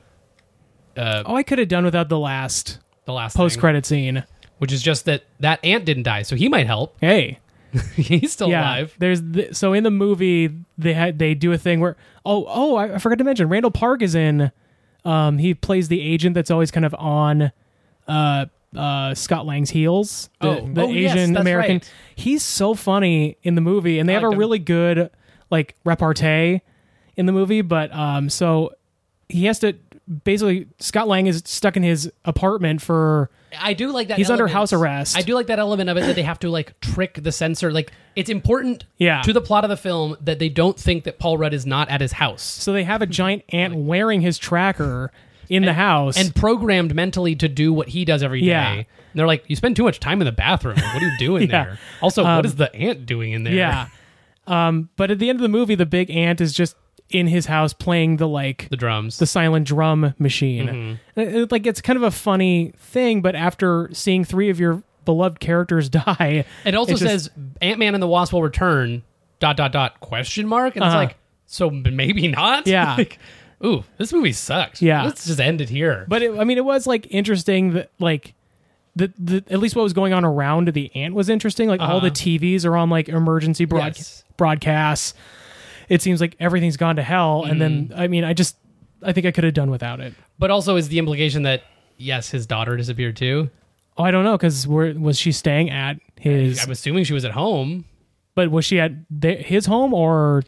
Speaker 6: Oh, I could have done without the last
Speaker 7: the last
Speaker 6: post
Speaker 7: thing,
Speaker 6: credit scene.
Speaker 7: which is just that that ant didn't die, so he might help.
Speaker 6: Hey.
Speaker 7: He's still
Speaker 6: Yeah.
Speaker 7: alive.
Speaker 6: There's the, so in the movie they had they do a thing where oh oh I, I forgot to mention Randall Park is in. Um, he plays the agent that's always kind of on uh uh Scott Lang's heels. The,
Speaker 7: Oh.
Speaker 6: the
Speaker 7: Oh, yes,
Speaker 6: Asian
Speaker 7: that's
Speaker 6: American.
Speaker 7: right.
Speaker 6: He's so funny in the movie, and they have
Speaker 7: liked
Speaker 6: a
Speaker 7: him.
Speaker 6: really good like repartee in the movie. But um, so he has to basically Scott Lang is stuck in his apartment for
Speaker 7: I do like that.
Speaker 6: He's under
Speaker 7: element.
Speaker 6: house arrest.
Speaker 7: I do like that element of it that they have to like trick the censor. Like it's important
Speaker 6: Yeah.
Speaker 7: to the plot of the film that they don't think that Paul Rudd is not at his house.
Speaker 6: so they have a giant ant wearing his tracker in the house
Speaker 7: and programmed mentally to do what he does every day.
Speaker 6: Yeah.
Speaker 7: And they're like, you spend too much time in the bathroom. What are you doing
Speaker 6: Yeah. Um,
Speaker 7: there? Also, what is the ant doing in there?
Speaker 6: Yeah. Um, but at the end of the movie, the big ant is just in his house playing the like
Speaker 7: the Mm-hmm.
Speaker 6: the,
Speaker 7: drums.
Speaker 6: silent drum machine. It- it- like it's kind of a funny thing, but after seeing three of your beloved characters die,
Speaker 7: it also
Speaker 6: it's just-
Speaker 7: says Ant Man and the Wasp will return. Dot dot dot question mark. And
Speaker 6: Uh-huh.
Speaker 7: it's like, so m- maybe not.
Speaker 6: Yeah.
Speaker 7: like, ooh, this movie sucks.
Speaker 6: Yeah.
Speaker 7: let's just end it here.
Speaker 6: But it, I mean, it was like interesting that like. The, the, at least what was going on around the ant was interesting. Like all the TVs are on like emergency broadca-
Speaker 7: Uh-huh. Yes. Mm-hmm.
Speaker 6: broadcasts. It seems like everything's gone to hell. And then I mean, I just I think I could have done without it.
Speaker 7: But also, is the implication that yes, his daughter disappeared too?
Speaker 6: Oh, I don't know because was she staying at his?
Speaker 7: I'm assuming she was at home.
Speaker 6: but was she at the, his home or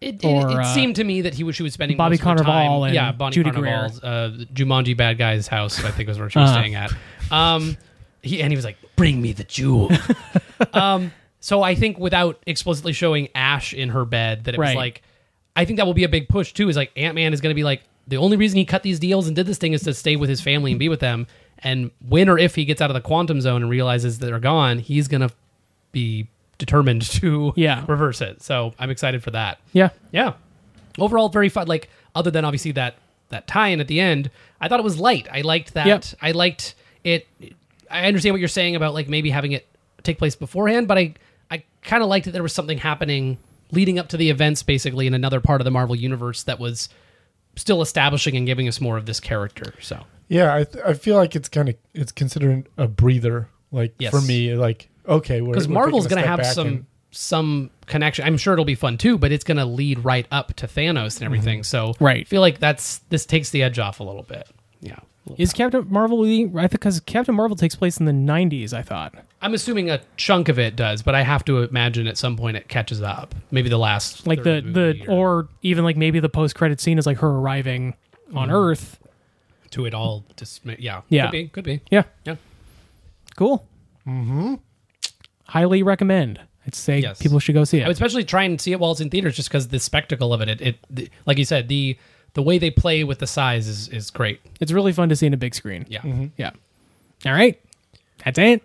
Speaker 7: It, it,
Speaker 6: Or,
Speaker 7: it
Speaker 6: uh,
Speaker 7: seemed to me that he was she was spending
Speaker 6: Bobby
Speaker 7: most of her
Speaker 6: Cannavale
Speaker 7: time-
Speaker 6: and
Speaker 7: yeah Bonnie
Speaker 6: Judy
Speaker 7: Carnival's uh, Jumanji bad guy's house I think was where she was
Speaker 6: Uh-huh.
Speaker 7: staying at. Um, he and he was like, "Bring me the jewel." um, so I think without explicitly showing Ash in her bed, that it was
Speaker 6: Right.
Speaker 7: like, I think that will be a big push too. Is like Ant Man is going to be like the only reason he cut these deals and did this thing is to stay with his family and be with them. And when or if he gets out of the quantum zone and realizes that they're gone, he's going to be determined to
Speaker 6: Yeah.
Speaker 7: reverse it. So I'm excited for that.
Speaker 6: yeah?
Speaker 7: Yeah. Overall, very fun. Like other than obviously that that tie-in at the end, I thought it was light. I liked that.
Speaker 6: Yep.
Speaker 7: I liked it. I understand what you're saying about like maybe having it take place beforehand, but I I kind of liked that there was something happening leading up to the events, basically in another part of the Marvel universe that was still establishing and giving us more of this character. So
Speaker 5: Yeah, I, th- I feel like it's kind of it's considered a breather. Like
Speaker 7: Yes.
Speaker 5: for me, like okay,
Speaker 7: because Marvel's going to have some some connection. I'm sure it'll be fun too, but it's going to lead right up to Thanos and everything. So
Speaker 6: Mm-hmm. Right.
Speaker 7: I feel like that's this takes the edge off a little bit. Yeah.
Speaker 6: Is Captain Marvel? the- I think because Captain Marvel takes place in the '90s. I thought.
Speaker 7: I'm assuming a chunk of it does, but I have to imagine at some point it catches up. Maybe the last
Speaker 6: like the
Speaker 7: third of
Speaker 6: the
Speaker 7: movie
Speaker 6: or even like maybe the post credit scene is like her arriving on
Speaker 7: Mm-hmm.
Speaker 6: Earth.
Speaker 7: to it all. Just ma- yeah,
Speaker 6: Yeah.
Speaker 7: could be, could be.
Speaker 6: Yeah,
Speaker 7: Yeah.
Speaker 6: cool. Mm-hmm. Highly recommend. I'd say
Speaker 7: Yes.
Speaker 6: people should go see it.
Speaker 7: I would especially try and see it while it's in theaters, just because the spectacle of it. It, it the, like you said, the the way they play with the size is is great.
Speaker 6: it's really fun to see in a big screen.
Speaker 7: Yeah.
Speaker 6: yeah. All right, that's it.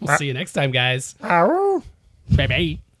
Speaker 7: We'll see you next time, guys.
Speaker 6: Bye bye.